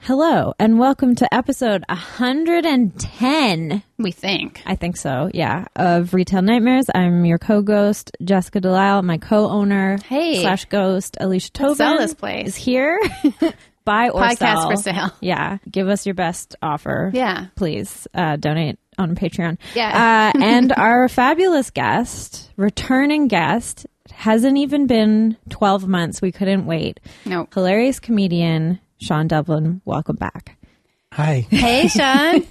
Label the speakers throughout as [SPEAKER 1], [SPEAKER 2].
[SPEAKER 1] Hello, and welcome to episode 110.
[SPEAKER 2] We think.
[SPEAKER 1] I think so, yeah, of Retail Nightmares. I'm your co ghost, Jessica Delisle, my co owner
[SPEAKER 2] Hey.
[SPEAKER 1] slash ghost, Alicia Tobin.
[SPEAKER 2] sell this place.
[SPEAKER 1] Is here. Buy or
[SPEAKER 2] Podcast
[SPEAKER 1] sell.
[SPEAKER 2] for sale.
[SPEAKER 1] Yeah. Give us your best offer.
[SPEAKER 2] Yeah.
[SPEAKER 1] Please uh, donate on Patreon.
[SPEAKER 2] Yeah.
[SPEAKER 1] Uh, and our fabulous guest, returning guest, hasn't even been 12 months. We couldn't wait.
[SPEAKER 2] Nope.
[SPEAKER 1] Hilarious comedian, Sean Dublin. Welcome back.
[SPEAKER 3] Hi,
[SPEAKER 2] Hey, Sean.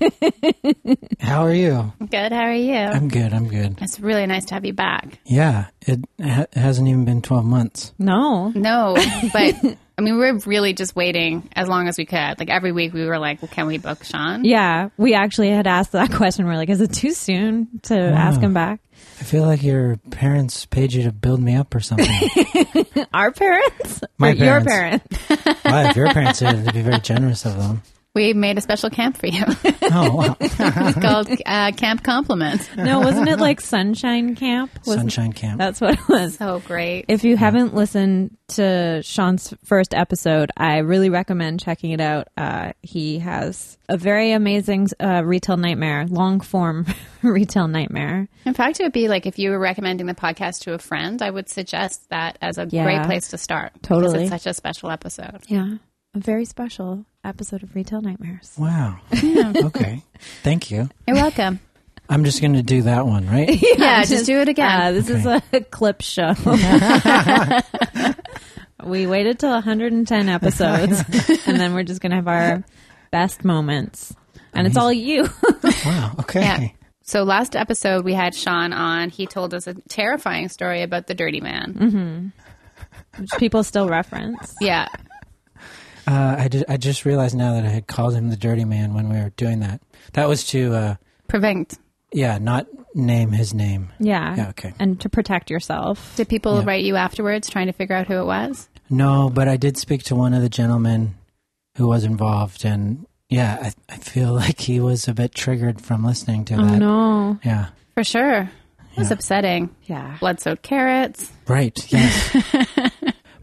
[SPEAKER 3] how are you?
[SPEAKER 2] good. How are you?
[SPEAKER 3] I'm good. I'm good.
[SPEAKER 2] It's really nice to have you back.
[SPEAKER 3] Yeah, it, ha- it hasn't even been 12 months.
[SPEAKER 1] No.
[SPEAKER 2] No, but I mean, we were really just waiting as long as we could. Like every week, we were like, well, "Can we book Sean?"
[SPEAKER 1] Yeah, we actually had asked that question. We're like, is it too soon to ask him back?
[SPEAKER 3] I feel like your parents paid you to build me up or something.
[SPEAKER 1] Our parents?
[SPEAKER 3] My
[SPEAKER 1] or your
[SPEAKER 3] parents.
[SPEAKER 1] parents?
[SPEAKER 3] wow, if your parents did, it'd be very generous of them.
[SPEAKER 2] We made a special camp for you.
[SPEAKER 3] Oh, wow.
[SPEAKER 2] it's called uh, Camp Compliments.
[SPEAKER 1] No, wasn't it like Sunshine Camp? Wasn't-
[SPEAKER 3] Sunshine Camp.
[SPEAKER 1] That's what it was.
[SPEAKER 2] So Oh, great.
[SPEAKER 1] If you haven't listened to Sean's first episode, I really recommend checking it out. Uh, he has a very amazing uh, retail nightmare, long form retail nightmare.
[SPEAKER 2] In fact, it would be like if you were recommending the podcast to a friend, I would suggest that as a
[SPEAKER 1] Yeah.
[SPEAKER 2] great place to start. because
[SPEAKER 1] Totally.
[SPEAKER 2] It's such a special episode.
[SPEAKER 1] Yeah, a very special episode of Retail Nightmares.
[SPEAKER 3] wow. Okay. Thank you.
[SPEAKER 2] You're welcome.
[SPEAKER 3] I'm just going to do that one, right?
[SPEAKER 2] yeah, just, do it again.
[SPEAKER 3] Ah,
[SPEAKER 1] Uh, this is a clip show. we waited till 110 episodes, and then we're just going to have our best moments. And it's all you.
[SPEAKER 3] Wow. Okay.
[SPEAKER 2] Yeah. So last episode we had Sean on. He told us a terrifying story about the dirty man.
[SPEAKER 1] which people still reference.
[SPEAKER 2] Yeah.
[SPEAKER 3] Uh, I, did, I just realized now that I had called him the dirty man when we were doing that. That was to, uh,
[SPEAKER 2] Prevent.
[SPEAKER 3] yeah, not name his name.
[SPEAKER 1] Yeah.
[SPEAKER 3] Yeah, okay.
[SPEAKER 1] And to protect yourself.
[SPEAKER 2] Did people write you afterwards trying to figure out who it was?
[SPEAKER 3] No, but I did speak to one of the gentlemen who was involved, and yeah, I, I feel like he was a bit triggered from listening to that.
[SPEAKER 1] no.
[SPEAKER 3] Yeah,
[SPEAKER 2] For sure. It was
[SPEAKER 3] Yeah.
[SPEAKER 2] upsetting.
[SPEAKER 1] Yeah.
[SPEAKER 2] Blood soaked carrots.
[SPEAKER 3] right. Yes,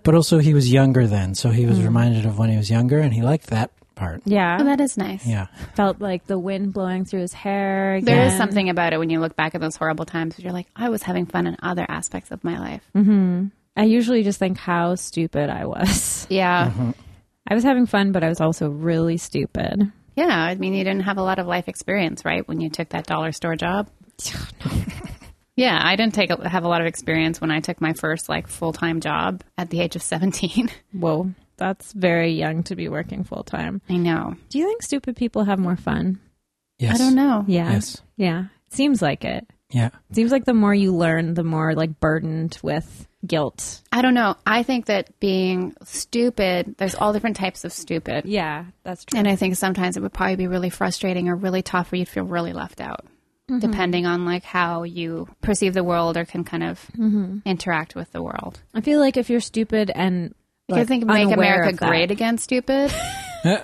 [SPEAKER 3] but also he was younger then, so he was reminded of when he was younger, and he liked that part.
[SPEAKER 1] Yeah.
[SPEAKER 2] Oh, that is nice.
[SPEAKER 3] Yeah,
[SPEAKER 1] Felt like the wind blowing through his hair. Again.
[SPEAKER 2] There is something about it when you look back at those horrible times. You're like, I was having fun in other aspects of my life.
[SPEAKER 1] I usually just think how stupid I was.
[SPEAKER 2] Yeah.
[SPEAKER 1] I was having fun, but I was also really stupid.
[SPEAKER 2] Yeah. I mean, you didn't have a lot of life experience, right? When you took that dollar store job. Yeah, I didn't take a, have a lot of experience when I took my first like full time job at the age of seventeen.
[SPEAKER 1] Whoa. That's very young to be working full time.
[SPEAKER 2] I know.
[SPEAKER 1] Do you think stupid people have more fun?
[SPEAKER 3] yes,
[SPEAKER 2] I don't know.
[SPEAKER 1] Yeah.
[SPEAKER 3] Yes.
[SPEAKER 1] Yeah. Seems like it.
[SPEAKER 3] yeah,
[SPEAKER 1] Seems like the more you learn, the more like burdened with guilt.
[SPEAKER 2] I don't know. I think that being stupid, there's all different types of stupid.
[SPEAKER 1] Yeah, that's true.
[SPEAKER 2] And I think sometimes it would probably be really frustrating or really tough where you'd feel really left out.
[SPEAKER 1] Mm-hmm.
[SPEAKER 2] Depending on like how you perceive the world or can kind of
[SPEAKER 1] Mm-hmm.
[SPEAKER 2] interact with the world.
[SPEAKER 1] I feel like if you're stupid and
[SPEAKER 2] Like, I
[SPEAKER 1] like,
[SPEAKER 2] think Make
[SPEAKER 1] unaware
[SPEAKER 2] America
[SPEAKER 1] of that-
[SPEAKER 2] Great Again Stupid.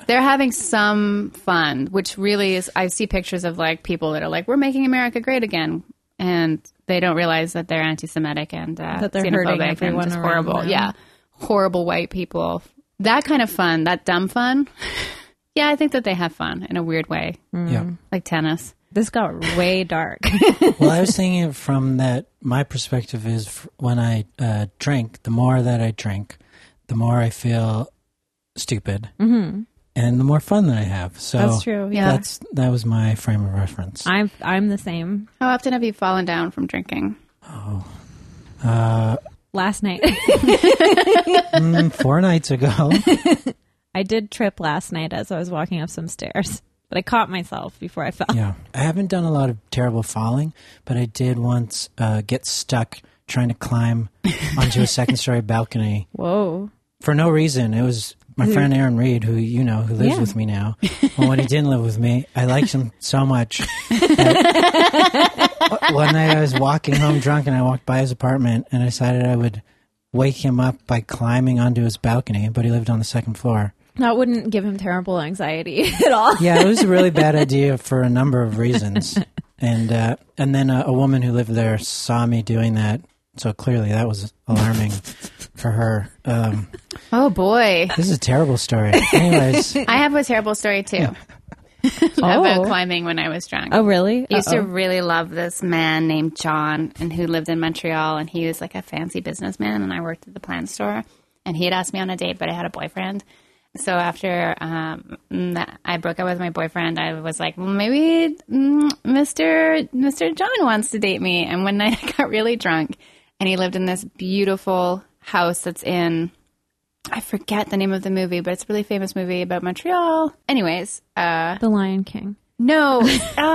[SPEAKER 2] They're having some fun, which really is. I see pictures of like people that are like, "We're making America great again," and they don't realize that they're anti-Semitic and uh,
[SPEAKER 1] That they're
[SPEAKER 2] xenophobic
[SPEAKER 1] hurting
[SPEAKER 2] and
[SPEAKER 1] everyone
[SPEAKER 2] just
[SPEAKER 1] around
[SPEAKER 2] horrible.
[SPEAKER 1] them.
[SPEAKER 2] Yeah, horrible white people. That kind of fun, that dumb fun. yeah, I think that they have fun in a weird way,
[SPEAKER 3] yeah.
[SPEAKER 2] like tennis.
[SPEAKER 1] This got way dark.
[SPEAKER 3] Well, I was thinking it from that. My perspective is f- when I uh, drink, the more that I drink, the more I feel stupid, mm-hmm. and the more fun that I have. So
[SPEAKER 1] That's true. Yeah.
[SPEAKER 3] That's that was my frame of reference.
[SPEAKER 1] I'm I'm the same.
[SPEAKER 2] How often have you fallen down from drinking?
[SPEAKER 1] Last night
[SPEAKER 3] Mm, four nights ago.
[SPEAKER 1] I did trip last night as I was walking up some stairs, but I caught myself before I fell.
[SPEAKER 3] Yeah. I haven't done a lot of terrible falling, but I did once uh, get stuck trying to climb onto a second story balcony
[SPEAKER 1] Whoa.
[SPEAKER 3] for no reason. It was my friend Aaron Reed, who you know, who lives
[SPEAKER 1] Mm. Yeah.
[SPEAKER 3] with me now. Well, when he didn't live with me, I liked him so much. that- one night I was walking home drunk and I walked by his apartment and I decided I would wake him up by climbing onto his balcony, but he lived on the second floor.
[SPEAKER 1] That wouldn't give him terrible anxiety at all.
[SPEAKER 3] Yeah, it was a really bad idea for a number of reasons. And uh, and then a, a woman who lived there saw me doing that, so clearly that was alarming for her. Um,
[SPEAKER 2] Oh boy.
[SPEAKER 3] this is a terrible story. Anyways,
[SPEAKER 2] I have a terrible story too.
[SPEAKER 1] Oh.
[SPEAKER 2] About climbing when I was drunk.
[SPEAKER 1] Oh, really?
[SPEAKER 2] I used to
[SPEAKER 1] Uh-oh.
[SPEAKER 2] really love this man named John and who lived in Montreal and he was like a fancy businessman and I worked at the plant store and he had asked me on a date but I had a boyfriend. So after um, mm, I broke up with my boyfriend, I was like, well, maybe mm, Mr. Mr. John wants to date me. And one night I got really drunk and he lived in this beautiful house that's in I forget the name of the movie, but it's a really famous movie about Montreal. Anyways, uh
[SPEAKER 1] The Lion King.
[SPEAKER 2] no.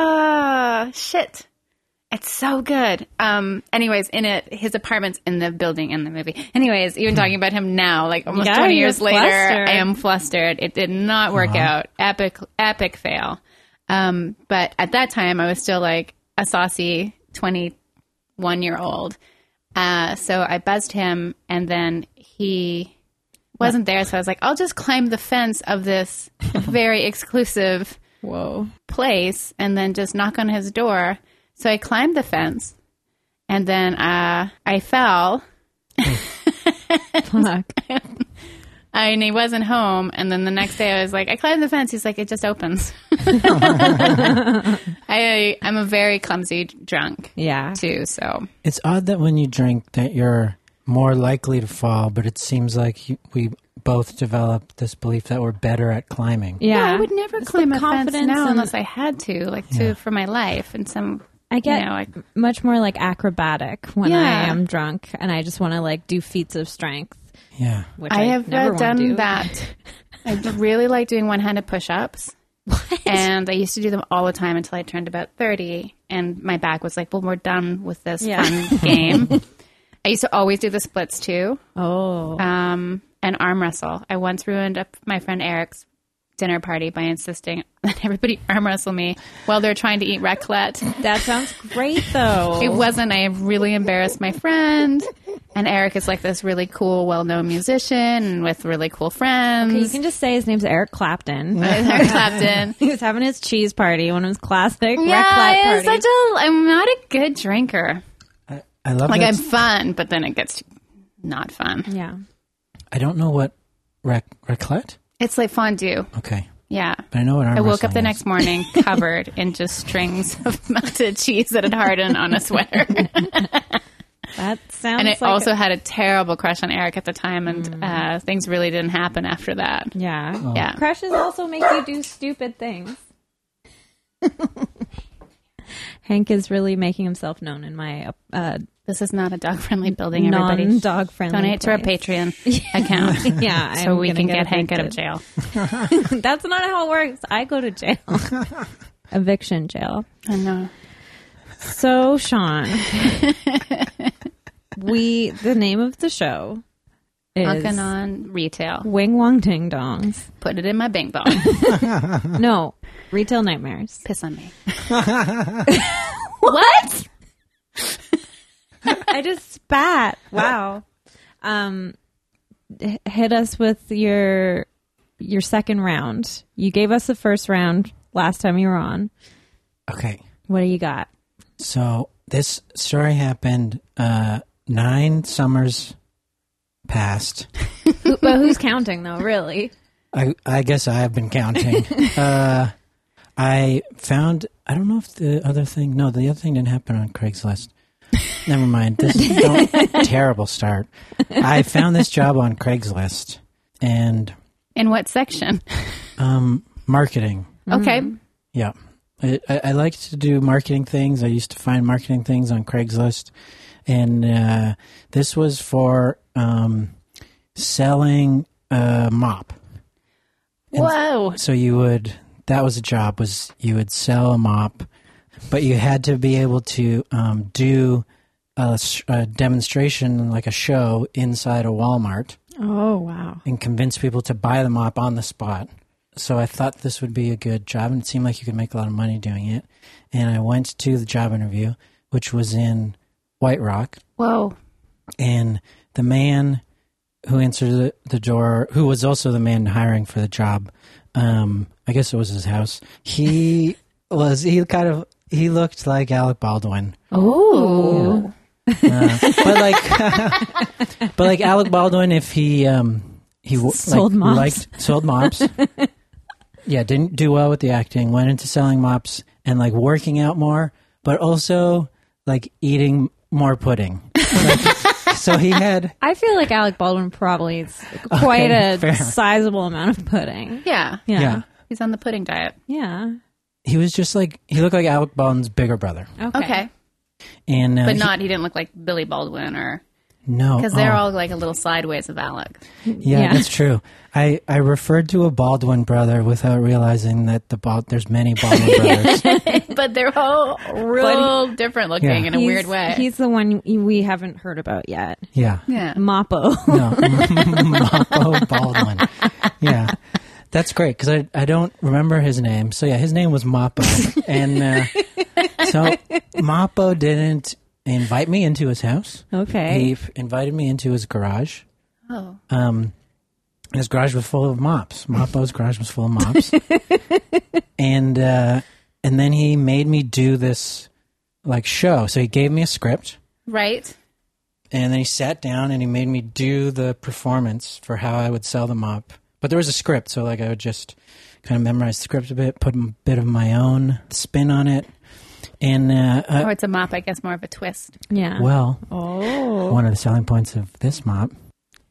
[SPEAKER 2] uh, shit. It's so good. Um. Anyways, in it, his apartment's in the building in the movie. Anyways, even talking about him now, like almost
[SPEAKER 1] Hmm. Yeah,
[SPEAKER 2] twenty
[SPEAKER 1] you're
[SPEAKER 2] years later,
[SPEAKER 1] flustered. Uh-huh.
[SPEAKER 2] I am flustered. It did not work out. Epic, epic fail. Um. But at that time, I was still like a saucy twenty-one year old. Uh. So I buzzed him, and then he wasn't there. So I was like, I'll just climb the fence of this very exclusive
[SPEAKER 1] Whoa.
[SPEAKER 2] place and then just knock on his door. So I climbed the fence and then uh, I fell
[SPEAKER 1] Fuck.
[SPEAKER 2] and he wasn't home. And then the next day I was like, I climbed the fence. He's like, it just opens. I, I'm a very clumsy drunk
[SPEAKER 1] Yeah.
[SPEAKER 2] too. So
[SPEAKER 3] it's odd that when you drink that you're more likely to fall, but it seems like you, we both developed this belief that we're better at climbing.
[SPEAKER 1] Yeah.
[SPEAKER 2] I would never
[SPEAKER 1] It's the
[SPEAKER 2] climb a fence
[SPEAKER 1] confidence
[SPEAKER 2] now
[SPEAKER 1] and-
[SPEAKER 2] unless I had to, like to for my life and some.
[SPEAKER 1] I get
[SPEAKER 2] you know, like,
[SPEAKER 1] much more like acrobatic when I
[SPEAKER 2] Yeah.
[SPEAKER 1] am drunk and I just want to like do feats of strength,
[SPEAKER 3] Yeah.
[SPEAKER 1] which I,
[SPEAKER 2] I have
[SPEAKER 1] never
[SPEAKER 2] uh,
[SPEAKER 1] wanna
[SPEAKER 2] done
[SPEAKER 1] do.
[SPEAKER 2] that. I really like doing one-handed push-ups. And I used to do them all the time until I turned about 30 and my back was like, "Well, we're done with this
[SPEAKER 1] Yeah.
[SPEAKER 2] fun game." I used to always do the splits too.
[SPEAKER 1] Oh.
[SPEAKER 2] Um, and arm wrestle. I once ruined up my friend Eric's dinner party by insisting that everybody arm wrestle me while they're trying to eat raclette.
[SPEAKER 1] That sounds great
[SPEAKER 2] It
[SPEAKER 1] though.
[SPEAKER 2] wasn't. I really embarrassed my friend. And Eric is like this really cool, well-known musician and with really cool
[SPEAKER 1] you
[SPEAKER 2] friends.
[SPEAKER 1] can just say his name's Eric Clapton.
[SPEAKER 2] Eric Clapton.
[SPEAKER 1] he was having his cheese party, one of his classic
[SPEAKER 2] Yeah,
[SPEAKER 1] raclette
[SPEAKER 2] it's
[SPEAKER 1] parties.
[SPEAKER 2] such a. I'm not a good drinker.
[SPEAKER 3] I, I love
[SPEAKER 2] Like
[SPEAKER 3] that.
[SPEAKER 2] I'm fun, but then it gets not fun.
[SPEAKER 1] yeah.
[SPEAKER 3] I don't know what rec- raclette?
[SPEAKER 2] It's like fondue.
[SPEAKER 3] Okay.
[SPEAKER 2] Yeah.
[SPEAKER 3] But I know what arm
[SPEAKER 2] I woke up the
[SPEAKER 3] wrestling
[SPEAKER 2] next
[SPEAKER 3] is.
[SPEAKER 2] morning covered in just strings of melted cheese that had hardened on a sweater.
[SPEAKER 1] That sounds
[SPEAKER 2] And I
[SPEAKER 1] like Mm.
[SPEAKER 2] also had a terrible crush on Eric at the time, and uh, things really didn't happen after that.
[SPEAKER 1] yeah.
[SPEAKER 2] Yeah.
[SPEAKER 1] Crushes also make you do stupid things. Hank is really making himself known in my uh,
[SPEAKER 2] This is not a dog friendly building, everybody.
[SPEAKER 1] non dog friendly.
[SPEAKER 2] Donate to our Patreon account
[SPEAKER 1] Yeah,
[SPEAKER 2] so
[SPEAKER 1] I'm
[SPEAKER 2] we
[SPEAKER 1] gonna
[SPEAKER 2] can get Hank out of
[SPEAKER 1] evicted.
[SPEAKER 2] jail.
[SPEAKER 1] That's not how it works. I go to jail. Eviction jail.
[SPEAKER 2] I know.
[SPEAKER 1] So, Sean, we the name of the show
[SPEAKER 2] Honking
[SPEAKER 1] is
[SPEAKER 2] on retail.
[SPEAKER 1] Wing Wong Ding Dongs.
[SPEAKER 2] Put it in my bank ball.
[SPEAKER 1] No, Retail Nightmares.
[SPEAKER 2] Piss on me. what?
[SPEAKER 1] I just spat. Wow. Um, h- hit us with your your second round. You gave us the first round last time you were on.
[SPEAKER 3] Okay.
[SPEAKER 1] What do you got?
[SPEAKER 3] So this story happened uh, nine summers past.
[SPEAKER 1] Who, but who's counting though? Really?
[SPEAKER 3] I, I guess I have been counting. uh, I found, I don't know if the other thing, no, the other thing didn't happen on Craigslist. Never mind. This is a terrible start. I found this job on Craigslist and
[SPEAKER 2] In what section?
[SPEAKER 3] um, marketing.
[SPEAKER 2] Okay.
[SPEAKER 3] Yeah. I, I, I like to do marketing things. I used to find marketing things on Craigslist. And uh, this was for um, selling a mop.
[SPEAKER 2] Whoa.
[SPEAKER 3] So you would, that was a job, was you would sell a mop, but you had to be able to um, do a, s- a demonstration, like a show inside a Walmart
[SPEAKER 1] Oh wow.
[SPEAKER 3] and convince people to buy the mop on the spot. So I thought this would be a good job, and it seemed like you could make a lot of money doing it. And I went to the job interview, which was in White Rock,
[SPEAKER 2] Whoa.
[SPEAKER 3] and the man who answered the, the door, who was also the man hiring for the job. Um, I guess it was his house. He was he kind of he looked like Alec Baldwin,
[SPEAKER 2] Oh,
[SPEAKER 3] uh, but like but like Alec Baldwin, if he um he w-
[SPEAKER 1] Sold
[SPEAKER 3] like,
[SPEAKER 1] mops.
[SPEAKER 3] liked sold mops. yeah, didn't do well with the acting. Went into selling mops and like working out more, but also like eating more pudding. Like, so he had
[SPEAKER 1] I feel like Alec Baldwin probably is quite
[SPEAKER 3] Okay,
[SPEAKER 1] a
[SPEAKER 3] fair.
[SPEAKER 1] sizable amount of pudding.
[SPEAKER 2] yeah.
[SPEAKER 1] Yeah.
[SPEAKER 3] yeah.
[SPEAKER 2] He's on the pudding diet.
[SPEAKER 1] Yeah.
[SPEAKER 3] he was just like he looked like Alec Baldwin's bigger brother,
[SPEAKER 1] Okay.
[SPEAKER 2] Okay,
[SPEAKER 3] and uh,
[SPEAKER 2] but
[SPEAKER 3] he-
[SPEAKER 2] not he didn't look like Billy Baldwin or
[SPEAKER 3] no
[SPEAKER 2] because they're
[SPEAKER 3] oh,
[SPEAKER 2] all like a little sideways of Alec.
[SPEAKER 3] yeah,
[SPEAKER 1] yeah.
[SPEAKER 3] that's true. I I referred to a Baldwin brother without realizing that the Bald there's many Baldwin brothers.
[SPEAKER 2] but they're all real different looking
[SPEAKER 3] Yeah.
[SPEAKER 2] in a
[SPEAKER 1] He's-
[SPEAKER 2] weird way.
[SPEAKER 1] He's the one we haven't heard about yet.
[SPEAKER 3] Yeah,
[SPEAKER 2] yeah.
[SPEAKER 1] Mappo.
[SPEAKER 3] no, Mappo Baldwin. Oh, Yeah, that's great because I I don't remember his name. So yeah, his name was Mappo, and uh, so Mappo didn't invite me into his house.
[SPEAKER 1] Okay.
[SPEAKER 3] He f- invited me into his garage.
[SPEAKER 2] Oh,
[SPEAKER 3] um, his garage was full of mops. Mappo's garage was full of mops, and uh, and then he made me do this like show. So he gave me a script,
[SPEAKER 2] right.
[SPEAKER 3] and then he sat down and he made me do the performance for how I would sell the mop. But there was a script, so like I would just kind of memorize the script a bit, put a bit of my own spin on it, and uh, uh,
[SPEAKER 2] Or Oh, it's a mop, I guess, more of a twist.
[SPEAKER 1] yeah.
[SPEAKER 3] well,
[SPEAKER 1] oh.
[SPEAKER 3] one of the selling points of this mop,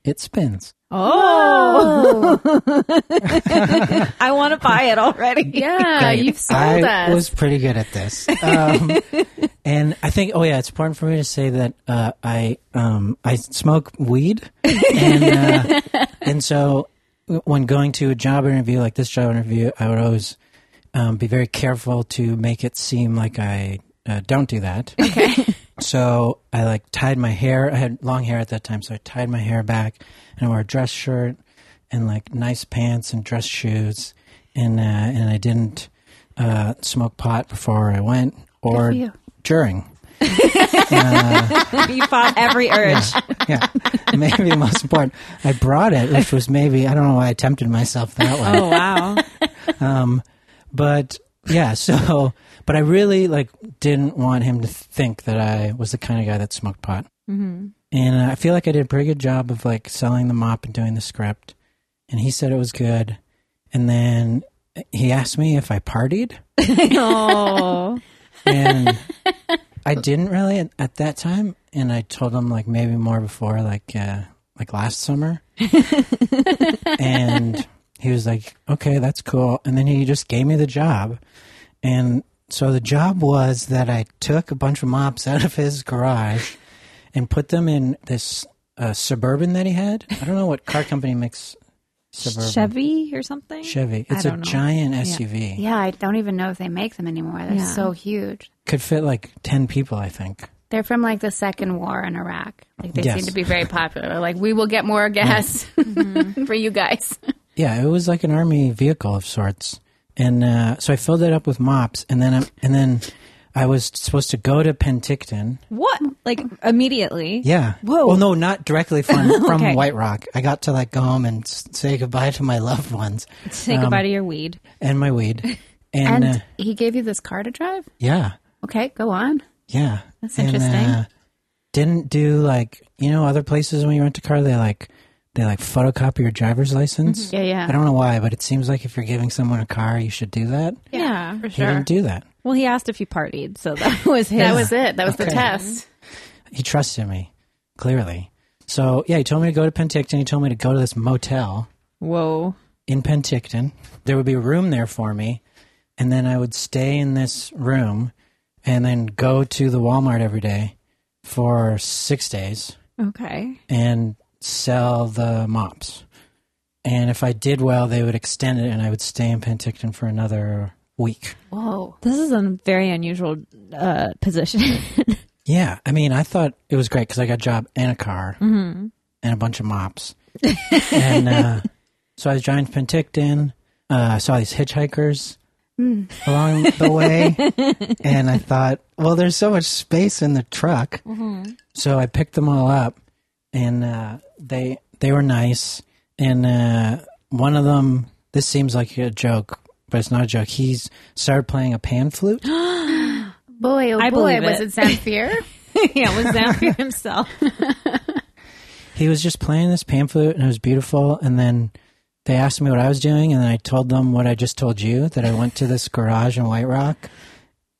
[SPEAKER 3] it spins.
[SPEAKER 1] Oh. I want to buy it already.
[SPEAKER 2] Yeah,
[SPEAKER 3] Great.
[SPEAKER 2] you've sold
[SPEAKER 3] I
[SPEAKER 2] us.
[SPEAKER 3] was pretty good at this, um, and I think. Oh yeah, it's important for me to say that uh, I um, I smoke weed, and uh, and so when going to a job interview like this job interview, I would always um, be very careful to make it seem like I uh, don't do that. Okay. So I like tied my hair. I had long hair at that time, so I tied my hair back, and I wore a dress shirt and like nice pants and dress shoes, and uh, and I didn't uh, smoke pot before I went
[SPEAKER 2] Good for
[SPEAKER 3] or
[SPEAKER 2] you.
[SPEAKER 3] during.
[SPEAKER 1] you fought every urge.
[SPEAKER 3] Yeah, maybe the most important. I brought it, which was maybe I don't know why I tempted myself that way.
[SPEAKER 1] Oh wow.
[SPEAKER 3] but yeah so but i really like didn't want him to think that i was the kind of guy that smoked pot mm-hmm. and i feel like i did a pretty good job of like selling the mop and doing the script and he said it was good and then he asked me if i partied
[SPEAKER 1] oh.
[SPEAKER 3] and i didn't really at, at that time and i told him like maybe more before like uh like last summer and he was like okay that's cool and then he just gave me the job and so the job was that i took a bunch of mops out of his garage and put them in this uh, suburban that he had i don't know what car company makes suburban
[SPEAKER 1] Chevy or something?
[SPEAKER 3] chevy
[SPEAKER 1] I
[SPEAKER 3] it's a
[SPEAKER 1] don't know.
[SPEAKER 3] giant suv
[SPEAKER 2] yeah, I don't even know if they make them anymore. They're
[SPEAKER 1] Yeah.
[SPEAKER 2] so huge.
[SPEAKER 3] could fit like 10 people i think
[SPEAKER 2] They're from like the second war in Iraq. Like they
[SPEAKER 3] Yes.
[SPEAKER 2] seem to be very popular. Like we will get more gas for you guys.
[SPEAKER 3] Yeah, it was like an army vehicle of sorts, and uh, so I filled it up with mops, and then I, and then I was supposed to go to Penticton.
[SPEAKER 1] What? Like immediately?
[SPEAKER 3] Yeah.
[SPEAKER 1] Whoa.
[SPEAKER 3] Well, no, not directly from from
[SPEAKER 1] Okay.
[SPEAKER 3] White Rock. I got to like go home and s- say goodbye to my loved ones
[SPEAKER 1] Say
[SPEAKER 3] Um,
[SPEAKER 1] goodbye to your weed.
[SPEAKER 3] and my weed, and,
[SPEAKER 2] And
[SPEAKER 3] uh,
[SPEAKER 2] he gave you this car to drive?
[SPEAKER 3] yeah,
[SPEAKER 2] Okay, go on.
[SPEAKER 3] yeah.
[SPEAKER 2] That's
[SPEAKER 3] And,
[SPEAKER 2] interesting.
[SPEAKER 3] uh, didn't do like you know other places when you rent a car they like they like photocopy your driver's
[SPEAKER 2] Yeah,
[SPEAKER 3] license.
[SPEAKER 2] Mm-hmm. yeah.
[SPEAKER 3] I don't know why, but it seems like if you're giving someone a car, you should do that.
[SPEAKER 1] Yeah.
[SPEAKER 2] For
[SPEAKER 3] He
[SPEAKER 2] sure.
[SPEAKER 3] didn't do that.
[SPEAKER 1] Well, he asked if you partied, so that was his.
[SPEAKER 2] That was it. That was the
[SPEAKER 3] Okay.
[SPEAKER 2] test.
[SPEAKER 3] he trusted me clearly so yeah he told me to go to penticton he told me to go to this motel
[SPEAKER 1] Whoa.
[SPEAKER 3] in penticton there would be a room there for me and then i would stay in this room and then go to the walmart every day for six days
[SPEAKER 1] Okay.
[SPEAKER 3] and sell the mops and if i did well they would extend it and i would stay in penticton for another week
[SPEAKER 2] Whoa.
[SPEAKER 1] This is a very unusual uh, position.
[SPEAKER 3] yeah i mean i thought it was great because i got a job and a car
[SPEAKER 1] mm-hmm.
[SPEAKER 3] and a bunch of mops. and uh, so I was driving to Penticton. Uh, I saw these hitchhikers along the way. and I thought, well, there's so much space in the truck. So I picked them all up and uh, they. They were nice, and uh, one of them. This seems like a joke, but it's not a joke. He's started playing a pan flute.
[SPEAKER 2] Boy, oh
[SPEAKER 1] I
[SPEAKER 2] boy,
[SPEAKER 1] believe
[SPEAKER 2] was
[SPEAKER 1] it.
[SPEAKER 2] it Zamfir?
[SPEAKER 1] yeah, it was Zamfir himself.
[SPEAKER 3] he was just playing this pan flute, and it was beautiful. And then they asked me what I was doing, and then I told them what I just told you that I went to this garage in White Rock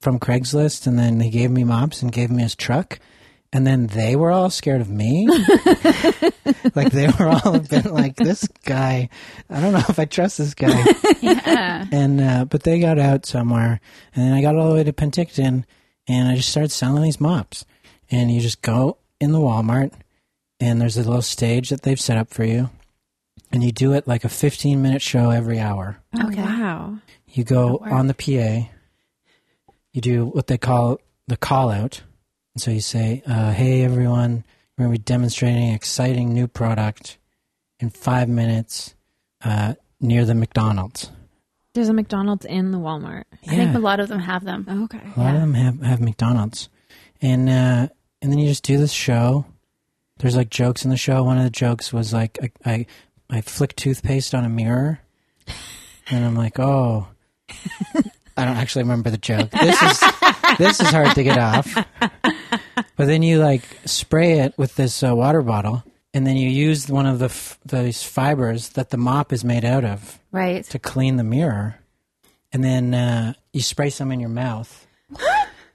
[SPEAKER 3] from Craigslist, and then they gave me mops and gave me his truck. And then they were all scared of me. like they were all a bit like this guy. I don't know if I trust this guy.
[SPEAKER 2] yeah.
[SPEAKER 3] and uh, but they got out somewhere, and then I got all the way to Penticton, and I just started selling these mops. And you just go in the Walmart, and there's a little stage that they've set up for you, and you do it like a 15 minute show every hour.
[SPEAKER 1] Oh,
[SPEAKER 2] Okay.
[SPEAKER 1] wow.
[SPEAKER 3] You go
[SPEAKER 2] That'll work.
[SPEAKER 3] on the PA. You do what they call the call out. And so you say, uh, hey, everyone, we're going to be demonstrating an exciting new product in five minutes uh, near the McDonald's.
[SPEAKER 1] There's a McDonald's in the Walmart.
[SPEAKER 2] I think a lot of them have them.
[SPEAKER 1] Okay.
[SPEAKER 3] A lot of them have, have McDonald's, and uh, and then you just do this show. There's like jokes in the show. One of the jokes was like I I, I flick toothpaste on a mirror, and I'm like, oh, I don't actually remember the joke. This is this is hard to get off. But then you like spray it with this uh, water bottle, and then you use one of the f- those fibers that the mop is made out of
[SPEAKER 2] Right.
[SPEAKER 3] to clean the mirror, and then uh, you spray some in your mouth,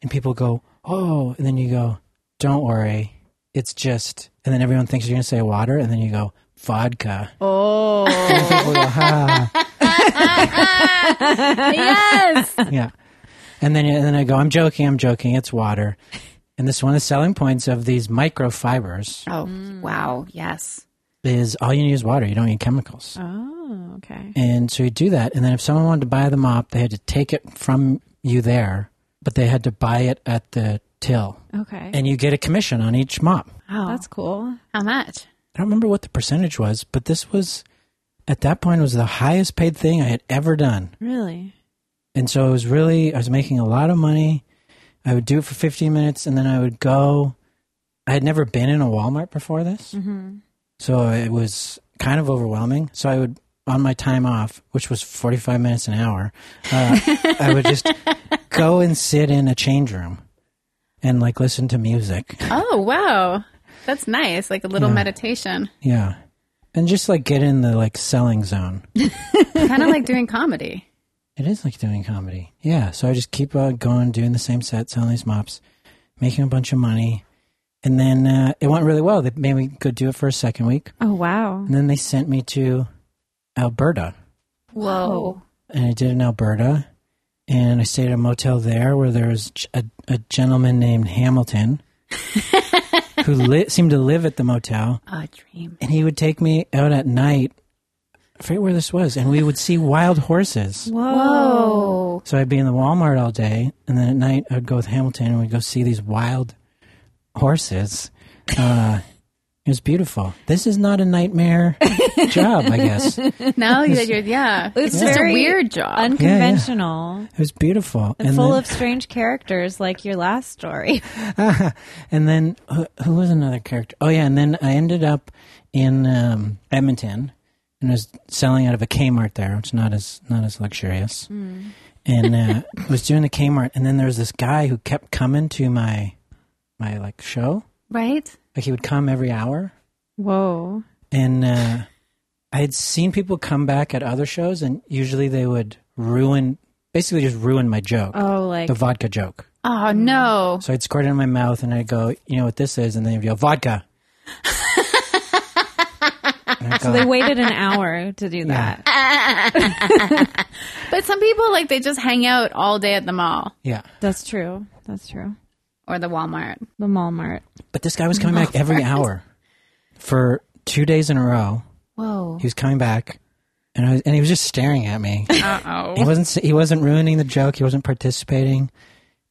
[SPEAKER 3] and people go, "Oh!" And then you go, "Don't worry, it's just." And then everyone thinks you're going to say water, and then you go vodka.
[SPEAKER 1] Oh.
[SPEAKER 3] People go, "Ha."
[SPEAKER 2] yes.
[SPEAKER 3] yeah, and then and then I go, "I'm joking, I'm joking, it's water." And this one of the selling points of these microfibers
[SPEAKER 2] Oh, wow. Yes.
[SPEAKER 3] is all you need is water. You don't need chemicals.
[SPEAKER 1] oh, okay.
[SPEAKER 3] And so you do that. And then if someone wanted to buy the mop, they had to take it from you there, but they had to buy it at the till.
[SPEAKER 1] Okay.
[SPEAKER 3] and you get a commission on each mop.
[SPEAKER 2] Wow.
[SPEAKER 1] That's cool.
[SPEAKER 2] How much?
[SPEAKER 3] I don't remember what the percentage was, but this was at that point was the highest paid thing I had ever done.
[SPEAKER 1] Really?
[SPEAKER 3] And so it was really I was making a lot of money. I would do it for 15 minutes and then I would go I had never been in a Walmart before this. So it was kind of overwhelming. So I would on my time off, which was 45 minutes an hour, uh, I would just go and sit in a change room and like listen to music.
[SPEAKER 2] Oh, wow. That's nice. Like a little
[SPEAKER 3] Yeah.
[SPEAKER 2] meditation.
[SPEAKER 3] Yeah. And just like get in the like selling zone.
[SPEAKER 2] kind of like doing comedy.
[SPEAKER 3] It is like doing comedy. Yeah. So I just keep uh, going, doing the same set, selling these mops, making a bunch of money. And then uh, it went really well. They made me go do it for a second week.
[SPEAKER 1] Oh, wow.
[SPEAKER 3] And then they sent me to Alberta.
[SPEAKER 2] Whoa.
[SPEAKER 3] And I did in Alberta. And I stayed at a motel there where there was j- a, a gentleman named Hamilton who li- seemed to live at the motel.
[SPEAKER 2] A dream.
[SPEAKER 3] and he would take me out at night. I forget where this was, and we would see wild horses.
[SPEAKER 1] Whoa.
[SPEAKER 2] Oh. Whoa.
[SPEAKER 3] So I'd be in the Walmart all day, and then at night I'd go with Hamilton and we'd go see these wild horses. Uh, it was beautiful. This is not a nightmare job, I guess. It
[SPEAKER 2] Now that you're, yeah. It's, just a
[SPEAKER 1] very
[SPEAKER 2] weird job.
[SPEAKER 1] Unconventional
[SPEAKER 3] was beautiful.
[SPEAKER 1] and full
[SPEAKER 3] then,
[SPEAKER 1] of strange characters like your last story.
[SPEAKER 3] and then who, who was another character? Oh yeah, and then I ended up in um, Edmonton and was selling out of a Kmart there, which not as not as luxurious.
[SPEAKER 1] Hmm.
[SPEAKER 3] And uh, was doing the Kmart, and then there was this guy who kept coming to my my like show.
[SPEAKER 2] right?
[SPEAKER 3] Like he would come every hour,
[SPEAKER 1] Whoa.
[SPEAKER 3] and uh, I had seen people come back at other shows, and usually they would ruin, basically just ruin my joke,
[SPEAKER 1] Oh, like
[SPEAKER 3] the vodka joke.
[SPEAKER 2] Oh, no.
[SPEAKER 3] So I'd squirt it in my mouth and I'd go, you know what this is? And they'd go, vodka. And I'd go,
[SPEAKER 1] they waited an hour to do that.
[SPEAKER 2] But some people, like, they just hang out all day at the mall
[SPEAKER 3] yeah.
[SPEAKER 1] That's true. That's true.
[SPEAKER 2] or the Walmart.
[SPEAKER 1] The Walmart.
[SPEAKER 3] But this guy was coming back every hour for two days in a row.
[SPEAKER 2] Whoa.
[SPEAKER 3] He was coming back and, I was, and he was just staring at me.
[SPEAKER 2] Uh
[SPEAKER 3] he wasn't he wasn't ruining the joke. He wasn't participating,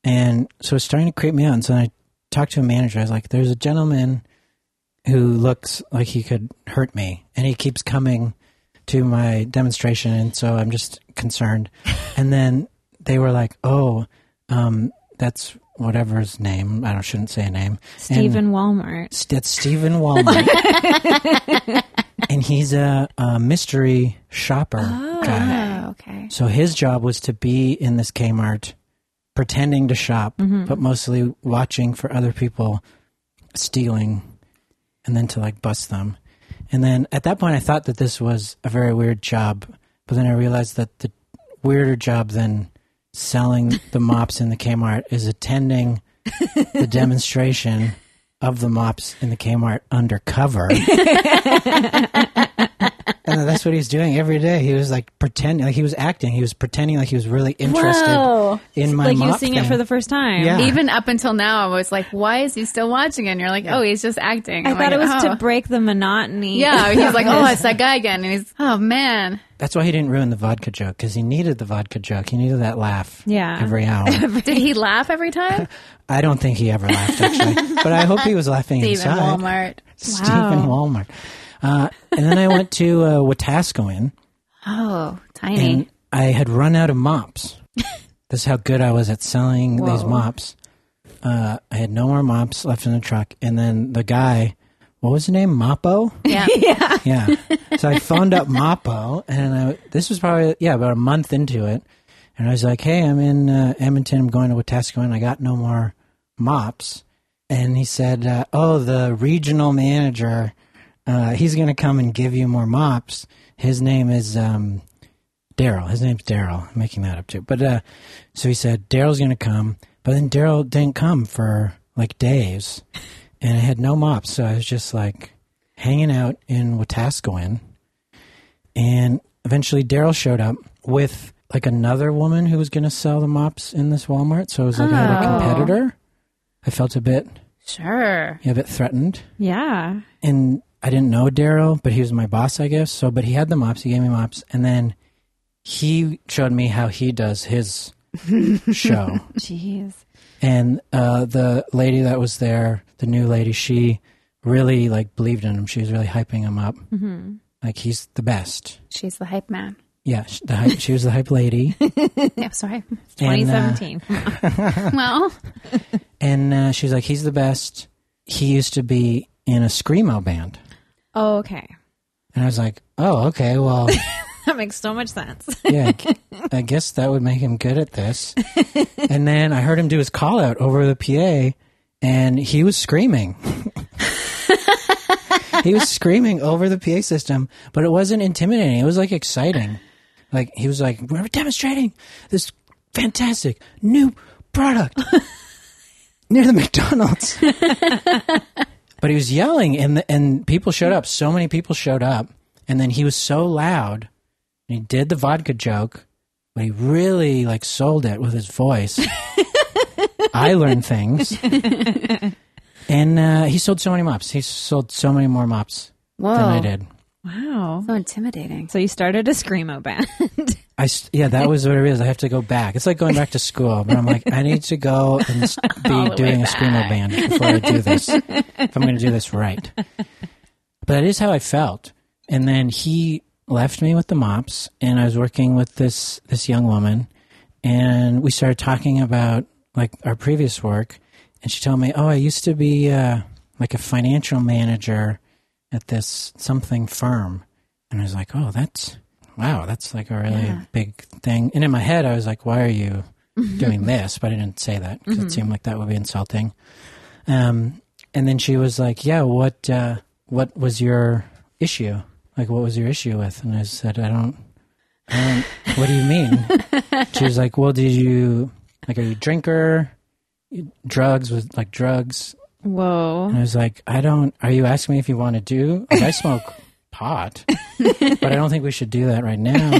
[SPEAKER 3] and so it's starting to creep me out. And so I talked to a manager. I was like, "There's a gentleman who looks like he could hurt me, and he keeps coming to my demonstration, and so I'm just concerned." and then they were like, "Oh, um, that's whatever's name. I don't, shouldn't say a name. And-
[SPEAKER 1] Stephen Walmart.
[SPEAKER 3] that's Stephen Walmart. and he's a, a mystery shopper guy.
[SPEAKER 2] Oh, okay.
[SPEAKER 3] So his job was to be in this Kmart, pretending to shop, but mostly watching for other people stealing and then to like bust them. And then at that point, I thought that this was a very weird job, but then I realized that the weirder job than selling the mops in the Kmart is attending the demonstration of the mops in the Kmart undercover. And that's what he was doing every day. He was like pretending, like he was acting. He was pretending like he was really interested
[SPEAKER 2] Whoa.
[SPEAKER 3] in my
[SPEAKER 1] like you
[SPEAKER 3] mop
[SPEAKER 1] seeing
[SPEAKER 3] thing.
[SPEAKER 1] it for the first time.
[SPEAKER 3] Yeah.
[SPEAKER 2] Even up until now, I was like, why is he still watching? And you're like, oh, he's just acting.
[SPEAKER 1] I
[SPEAKER 2] I'm
[SPEAKER 1] thought
[SPEAKER 2] like,
[SPEAKER 1] it was
[SPEAKER 2] "Oh."
[SPEAKER 1] to break the monotony.
[SPEAKER 2] Yeah, he's like, oh, it's that guy again. And he's, oh, man.
[SPEAKER 3] That's why he didn't ruin the vodka joke because he needed the vodka joke. He needed that laugh.
[SPEAKER 1] Yeah.
[SPEAKER 3] every hour.
[SPEAKER 2] Did he laugh every time?
[SPEAKER 3] I don't think he ever laughed actually, but I hope he was laughing
[SPEAKER 2] Even
[SPEAKER 3] inside.
[SPEAKER 2] Walmart.
[SPEAKER 3] Stephen Walmart. Uh, and then I went to uh, Wetaskiwin
[SPEAKER 2] Oh,
[SPEAKER 1] Mm-hmm.
[SPEAKER 3] and
[SPEAKER 2] tiny.
[SPEAKER 3] I had run out of mops. This is how good I was at selling these mops. Uh, I had no more mops left in the truck, and then the guy, what was his name? Moppo.
[SPEAKER 2] Yeah.
[SPEAKER 3] yeah. So I phoned up Mappo, and I, this was probably yeah about a month into it, and I was like, "Hey, I'm in uh, Edmonton. I'm going to Wetaskiwin. and I got no more mops." And he said, uh, "Oh, the regional manager, uh, he's going to come and give you more mops. His name is um, Daryl. His name's Daryl. I'm making that up too. But uh, so he said Daryl's going to come, but then Daryl didn't come for like days, and I had no mops, so I was just like hanging out in Wetaskiwin, and eventually Daryl showed up with like another woman who was going to sell the mops in this Walmart. So it was like I had a
[SPEAKER 2] Oh.
[SPEAKER 3] competitor. I felt a bit,
[SPEAKER 2] Sure.
[SPEAKER 3] yeah, a bit threatened
[SPEAKER 1] Yeah.
[SPEAKER 3] and I didn't know Daryl, but he was my boss, I guess. So, but he had the mops. He gave me mops, and then he showed me how he does his show.
[SPEAKER 1] Jeez.
[SPEAKER 3] And uh, the lady that was there, the new lady, she really like believed in him. She was really hyping him up. Mm-hmm. Like he's the best.
[SPEAKER 2] She's the hype man.
[SPEAKER 3] Yeah, sh- the hype, she was the hype lady. And,
[SPEAKER 2] Yeah, sorry.
[SPEAKER 3] uh,
[SPEAKER 1] 2017.
[SPEAKER 2] well,
[SPEAKER 3] and uh, she was like, he's the best. He used to be in a screamo band,
[SPEAKER 1] oh, okay.
[SPEAKER 3] and I was like, oh, okay, well.
[SPEAKER 1] That makes so much sense.
[SPEAKER 3] yeah, I g- I guess that would make him good at this. and then I heard him do his call out over the PA, and he was screaming. he was screaming over the PA system, but it wasn't intimidating. It was like exciting. Like he was like, "We're demonstrating this fantastic new product near the McDonald's." but he was yelling, and the, and people showed up. So many people showed up, and then he was so loud and he did the vodka joke, but he really like sold it with his voice. I learned things, and uh, he sold so many mops. He sold so many more mops
[SPEAKER 2] whoa.
[SPEAKER 3] than I did.
[SPEAKER 1] Wow.
[SPEAKER 2] So Oh, intimidating.
[SPEAKER 1] So you started a screamo band.
[SPEAKER 3] I s- yeah, that was what it is. I have to go back. It's like going back to school, but I'm like, I need to go and s- be doing a screamo band before I do this. if I'm going to do this right, but that is how I felt. And then he left me with the mops, and I was working with this this young woman, and we started talking about like our previous work, and she told me, "Oh, I used to be uh, like a financial manager at this something firm," and I was like, "Oh, that's." wow, that's like a really big thing. And in my head, I was like, why are you doing this? But I didn't say that because it seemed like that would be insulting. Um, and then she was like, yeah, what, uh, what was your issue? Like, what was your issue with? And I said, I don't, I don't what do you mean? she was like, well, did you, like, are you a drinker? Drugs was like drugs.
[SPEAKER 1] Whoa.
[SPEAKER 3] And I was like, I don't, are you asking me if you want to do? Like, I smoke pot, but I don't think we should do that right now.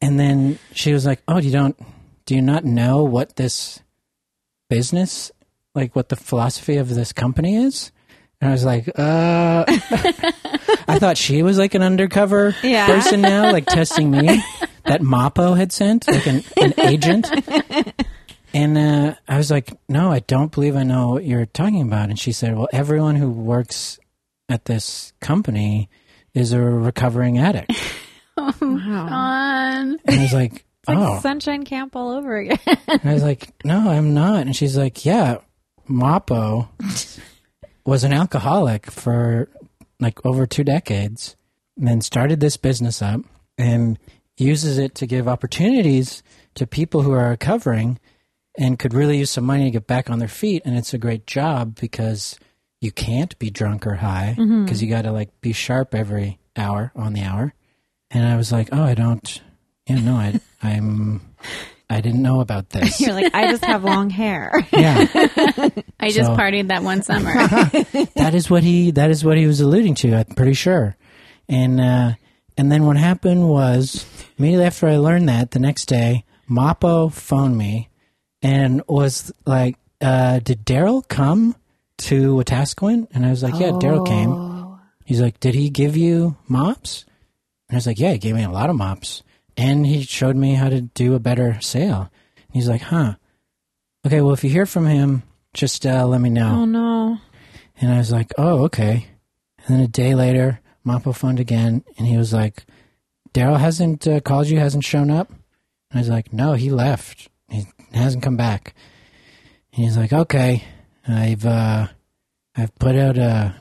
[SPEAKER 3] and then she was like, Oh, you don't, do you not know what this business, like what the philosophy of this company is? And I was like, uh, I thought she was like an undercover
[SPEAKER 1] Yeah.
[SPEAKER 3] person now, like testing me that Mappo had sent, like an, an agent. And uh, I was like, no, I don't believe I know what you're talking about. And she said, well, everyone who works at this company is a recovering addict.
[SPEAKER 1] Wow.
[SPEAKER 2] On.
[SPEAKER 3] And I was like,
[SPEAKER 1] It's
[SPEAKER 3] oh.
[SPEAKER 1] like Sunshine Camp all over again.
[SPEAKER 3] And I was like, no, I'm not. And she's like, yeah, Mappo was an alcoholic for like over two decades, and then started this business up and uses it to give opportunities to people who are recovering and could really use some money to get back on their feet. And it's a great job because you can't be drunk or high because you got to like be sharp every hour on the hour. And I was like, oh, I don't, yeah, no, I, I'm, I didn't know about this.
[SPEAKER 1] You're like, I just have long hair.
[SPEAKER 3] yeah.
[SPEAKER 2] I just
[SPEAKER 3] So-
[SPEAKER 2] partied that one summer.
[SPEAKER 3] that is what he that is what he was alluding to i'm pretty sure and uh and then what happened was immediately after i learned that the next day mappo phoned me and was like uh did daryl come to Wetaskiwin? and i was like yeah daryl came he's like did he give you mops and i was like yeah he gave me a lot of mops and he showed me how to do a better sale and he's like huh okay well if you hear from him just uh, let me know
[SPEAKER 1] oh no.
[SPEAKER 3] and I was like, oh, okay. And then a day later, Mappo phoned again and he was like, Daryl hasn't uh, called you, hasn't shown up? And I was like, no, he left. He hasn't come back. And he's like, okay, I've, uh, I've put out a,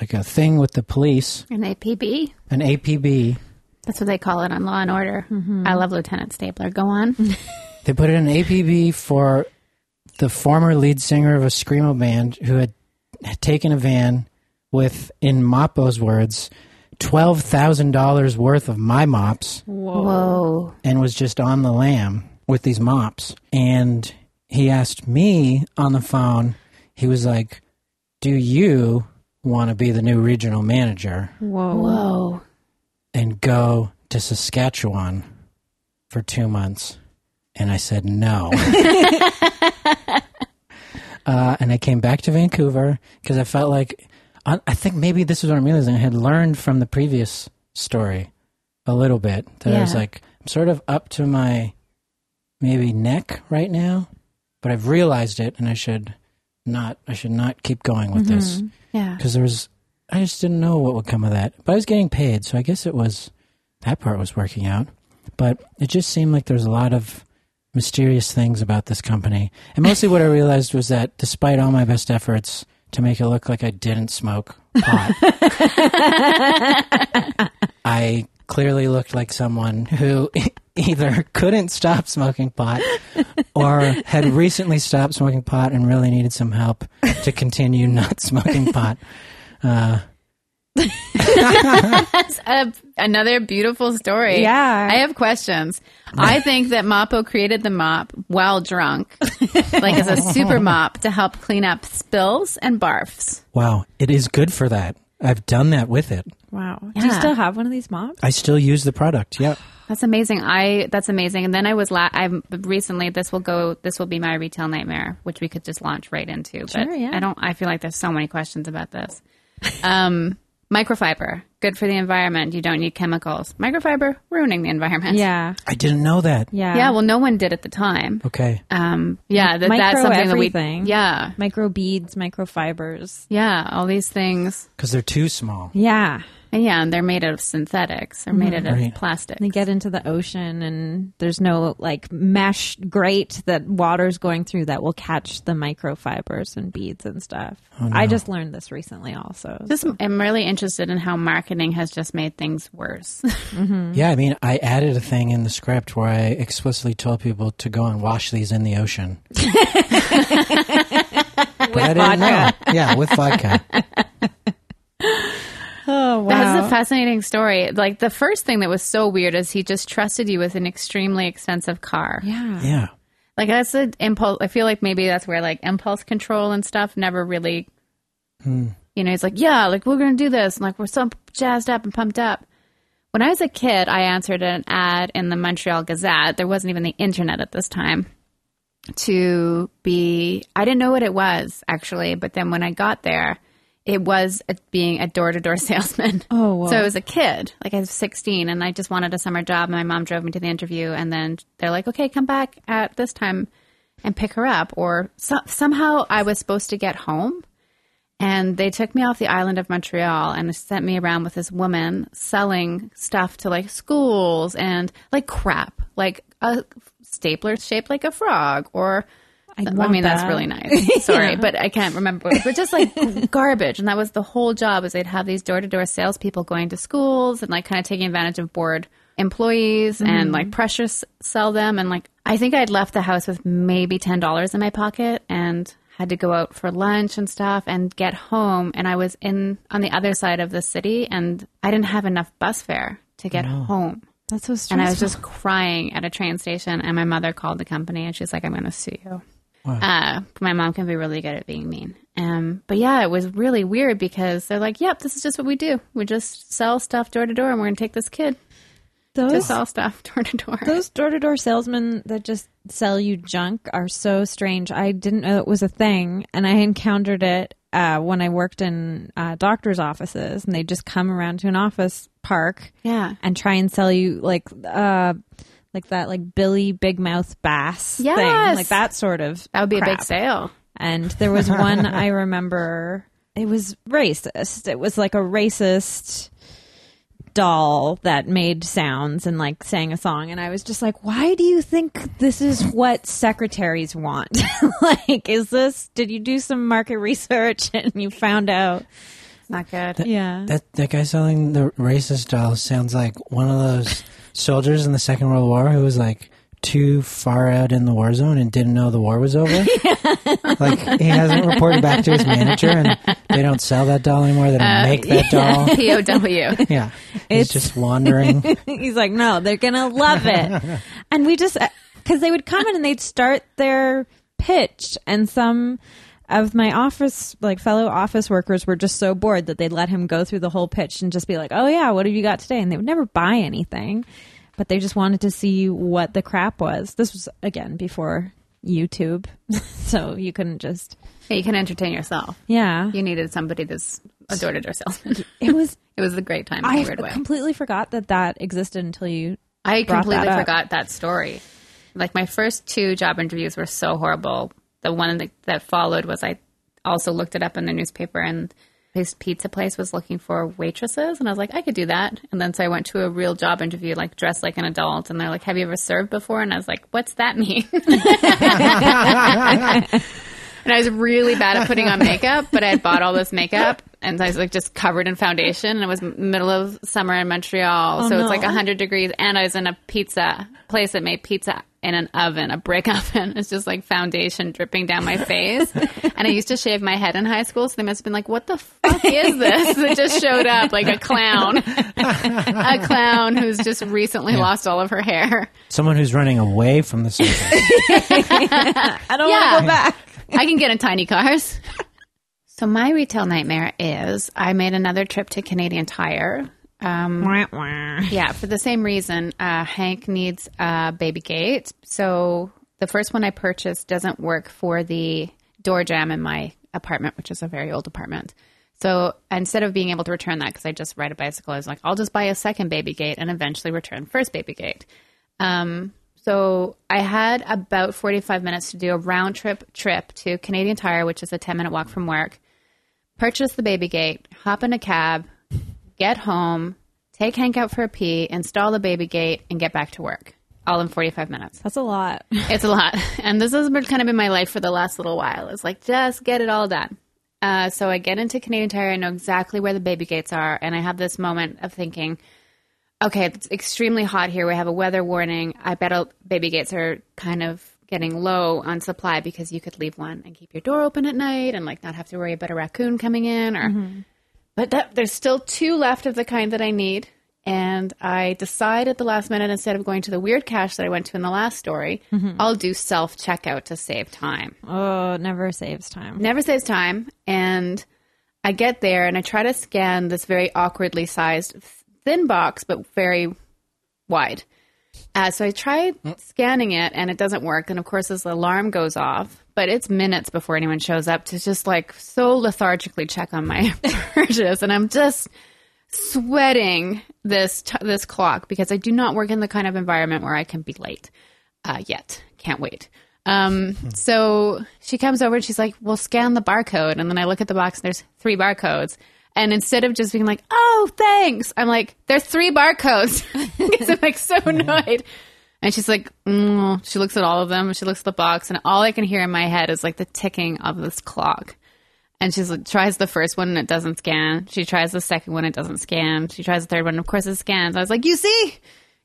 [SPEAKER 3] like a thing with the police,
[SPEAKER 2] An APB.
[SPEAKER 3] an APB.
[SPEAKER 2] That's what they call it on Law and Order. I love Lieutenant Stapler. Go on.
[SPEAKER 3] They put in an APB for the former lead singer of a screamo band who had had taken a van with, in Mappo's words, twelve thousand dollars worth of my mops,
[SPEAKER 2] Whoa.
[SPEAKER 3] and was just on the lam with these mops. And he asked me on the phone. He was like, "Do you want to be the new regional manager
[SPEAKER 1] Whoa.
[SPEAKER 2] Whoa.
[SPEAKER 3] and go to Saskatchewan for two months?" And I said, "No." uh, and I came back to Vancouver because I felt like I, I think maybe this is what I'm realizing. I had learned from the previous story a little bit that I was
[SPEAKER 2] Yeah.
[SPEAKER 3] like, I'm sort of up to my maybe neck right now, but I've realized it, and I should not. I should not keep going with this
[SPEAKER 2] Yeah.
[SPEAKER 3] because there was. I just didn't know what would come of that, but I was getting paid, so I guess it was that part was working out. But it just seemed like there's a lot of mysterious things about this company. And mostly what I realized was that despite all my best efforts to make it look like I didn't smoke pot, I clearly looked like someone who either couldn't stop smoking pot or had recently stopped smoking pot and really needed some help to continue not smoking pot. Uh,
[SPEAKER 2] a, another beautiful story.
[SPEAKER 1] Yeah.
[SPEAKER 2] I have questions. I think that Moppo created the mop while drunk, like as a super mop to help clean up spills and barfs.
[SPEAKER 3] wow, it is good for that. I've done that with it.
[SPEAKER 1] Wow. Do you
[SPEAKER 2] Yeah.
[SPEAKER 1] still have one of these mops?
[SPEAKER 3] I still use the product. Yep.
[SPEAKER 2] That's amazing. I that's amazing. And then I was la- I recently this will go this will be my retail nightmare, which we could just launch right into. But
[SPEAKER 1] Sure, yeah.
[SPEAKER 2] I don't I feel like there's so many questions about this. Um microfiber, good for the environment. You don't need chemicals. Microfiber ruining the environment.
[SPEAKER 1] Yeah.
[SPEAKER 3] I didn't know that.
[SPEAKER 1] Yeah.
[SPEAKER 2] Yeah, well no one did at the time.
[SPEAKER 3] Okay.
[SPEAKER 2] Um yeah, that, that's
[SPEAKER 1] Micro
[SPEAKER 2] something that
[SPEAKER 1] everything.
[SPEAKER 2] we Yeah.
[SPEAKER 1] micro beads, microfibers.
[SPEAKER 2] Yeah, all these things.
[SPEAKER 3] Because they're too small.
[SPEAKER 1] Yeah.
[SPEAKER 2] And yeah, and they're made out of synthetics. They're
[SPEAKER 1] Mm-hmm.
[SPEAKER 2] made out of
[SPEAKER 3] Right.
[SPEAKER 2] plastic.
[SPEAKER 1] They get into the ocean and there's no like mesh grate that water's going through that will catch the microfibers and beads and stuff. I just learned this recently also.
[SPEAKER 2] Just I'm really interested in how marketing has just made things worse.
[SPEAKER 3] Yeah, I mean, I added a thing in the script where I explicitly told people to go and wash these in the ocean. with I didn't know. Yeah, with vodka.
[SPEAKER 1] Oh wow.
[SPEAKER 2] That's a fascinating story. Like the first thing that was so weird is he just trusted you with an extremely expensive car.
[SPEAKER 1] yeah.
[SPEAKER 3] Yeah.
[SPEAKER 2] Like that's an impulse. I feel like maybe that's where like impulse control and stuff never really.
[SPEAKER 1] Hmm.
[SPEAKER 2] You know, he's like, yeah, like we're gonna do this, and like we're so jazzed up and pumped up. When I was a kid, I answered an ad in the Montreal Gazette. There wasn't even the internet at this time. To be, I didn't know what it was actually, but then when I got there, it was a, being a door to door salesman.
[SPEAKER 1] Oh, wow.
[SPEAKER 2] so I was a kid, like I was 16, and I just wanted a summer job. My mom drove me to the interview, and then they're like, okay, come back at this time and pick her up. Or so- somehow I was supposed to get home, and they took me off the island of Montreal and sent me around with this woman selling stuff to like schools and like crap, like a stapler shaped like a frog or
[SPEAKER 1] I,
[SPEAKER 2] I
[SPEAKER 1] want
[SPEAKER 2] mean, that's
[SPEAKER 1] that.
[SPEAKER 2] really nice. Sorry, but I can't remember. But just like garbage. And that was the whole job is they'd have these door to door salespeople going to schools and like kind of taking advantage of bored employees
[SPEAKER 1] Mm-hmm.
[SPEAKER 2] and like pressure s- sell them. And like, I think I'd left the house with maybe $10 in my pocket and had to go out for lunch and stuff and get home. And I was in on the other side of the city and I didn't have enough bus fare to get home.
[SPEAKER 1] That's so
[SPEAKER 2] And I was
[SPEAKER 1] stressful.
[SPEAKER 2] just crying at a train station, and my mother called the company, and she's like, "I'm going to sue you." Uh, my mom can be really good at being mean. Um, but yeah, it was really weird because they're like, "Yep, this is just what we do. We just sell stuff door to door, and we're going to take this kid to
[SPEAKER 1] those
[SPEAKER 2] sell stuff door to door."
[SPEAKER 1] those door to door salesmen that just sell you junk are so strange. I didn't know it was a thing, and I encountered it uh, when I worked in uh, doctors' offices, and they just come around to an office park
[SPEAKER 2] Yeah,
[SPEAKER 1] and try and sell you like uh, like that like Billy Big Mouth Bass thing,
[SPEAKER 2] Yes.
[SPEAKER 1] like that sort of.
[SPEAKER 2] that would be a
[SPEAKER 1] crap.
[SPEAKER 2] big sale.
[SPEAKER 1] And there was one I remember. It was racist. It was like a racist doll that made sounds and like sang a song. And I was just like, why do you think this is what secretaries want? like, is this, did you do some market research and you found out?
[SPEAKER 2] It's not good.
[SPEAKER 1] Yeah.
[SPEAKER 3] That that guy selling the racist dolls sounds like one of those soldiers in the Second World War who was like too far out in the war zone and didn't know the war was over. Like he hasn't reported back to his manager, and they don't sell that doll anymore. They don't make that doll.
[SPEAKER 2] POW.
[SPEAKER 3] Yeah,
[SPEAKER 1] Uh, It's-
[SPEAKER 3] he's just wandering.
[SPEAKER 1] He's like, no, they're going to love it. and we just, because they would come in and they'd start their pitch, and some of my office, like fellow office workers, were just so bored that they'd let him go through the whole pitch and just be like, oh, yeah, what have you got today? And they would never buy anything, but they just wanted to see what the crap was. This was, again, before YouTube. so you couldn't just,
[SPEAKER 2] Yeah, you can entertain yourself.
[SPEAKER 1] yeah.
[SPEAKER 2] You needed somebody that's a door to door salesman.
[SPEAKER 1] It was,
[SPEAKER 2] It was a great time in a
[SPEAKER 1] I
[SPEAKER 2] weird way.
[SPEAKER 1] completely forgot that that existed until you.
[SPEAKER 2] I
[SPEAKER 1] brought
[SPEAKER 2] completely
[SPEAKER 1] that up.
[SPEAKER 2] forgot that story. Like my first two job interviews were so horrible. The one that, that followed was I also looked it up in the newspaper and this pizza place was looking for waitresses and I was like, I could do that. And then so I went to a real job interview, like dressed like an adult, and they're like, Have you ever served before? And I was like, What's that mean? And I was really bad at putting on makeup, but I had bought all this makeup and I was like just covered in foundation. And it was m- middle of summer in Montreal. so it's like
[SPEAKER 1] no.
[SPEAKER 2] 100 degrees. And I was in a pizza place that made pizza in an oven, a brick oven. It's just like foundation dripping down my face. and I used to shave my head in high school. So they must have been like, what the fuck is this? It just showed up like a clown, a clown who's just recently lost all of her hair.
[SPEAKER 3] Someone who's running away from the soldier.
[SPEAKER 1] I don't
[SPEAKER 2] Yeah.
[SPEAKER 1] want to go back.
[SPEAKER 2] I can get in tiny cars. So my retail nightmare is I made another trip to Canadian Tire. Um,
[SPEAKER 1] Wah, wah.
[SPEAKER 2] yeah, for the same reason. Uh, Hank needs a baby gate. So the first one I purchased doesn't work for the door jamb in my apartment, which is a very old apartment. So instead of being able to return that because I just ride a bicycle, I was like, I'll just buy a second baby gate and eventually return first baby gate. Um, so I had about 45 minutes to do a round trip trip to Canadian Tire, which is a 10 minute walk from work. Purchase the baby gate, hop in a cab, get home, take Hank out for a pee, install the baby gate, and get back to work. All in 45 minutes.
[SPEAKER 1] That's a lot.
[SPEAKER 2] It's a lot. And this has been kind of been my life for the last little while. It's like, just get it all done. Uh, so I get into Canadian Tire. I know exactly where the baby gates are. And I have this moment of thinking, okay, it's extremely hot here. We have a weather warning. I bet all- baby gates are kind of getting low on supply because you could leave one and keep your door open at night and like not have to worry about a raccoon coming in or but that, there's still two left of the kind that I need. And I decide at the last minute, instead of going to the weird cash that I went to in the last story, I'll do self checkout to save time.
[SPEAKER 1] Oh, it never saves time.
[SPEAKER 2] Never saves time. And I get there and I try to scan this very awkwardly sized thin box, but very wide. Uh, so I tried scanning it and it doesn't work. And of course, this alarm goes off, but it's minutes before anyone shows up to just like so lethargically check on my purchase. And I'm just sweating this t- this clock because I do not work in the kind of environment where I can be late uh, yet. Can't wait. Um, so she comes over and she's like, "Well, scan the barcode." And then I look at the box and there's three barcodes. And instead of just being like, "Oh, thanks," I'm like, "There's three barcodes." 'Cause I'm like so annoyed. And she's like, mm. she looks at all of them. and She looks at the box, and all I can hear in my head is like the ticking of this clock. And she's like, tries the first one and it doesn't scan. She tries the second one, it doesn't scan. She tries the third one, and of course it scans. I was like, you see,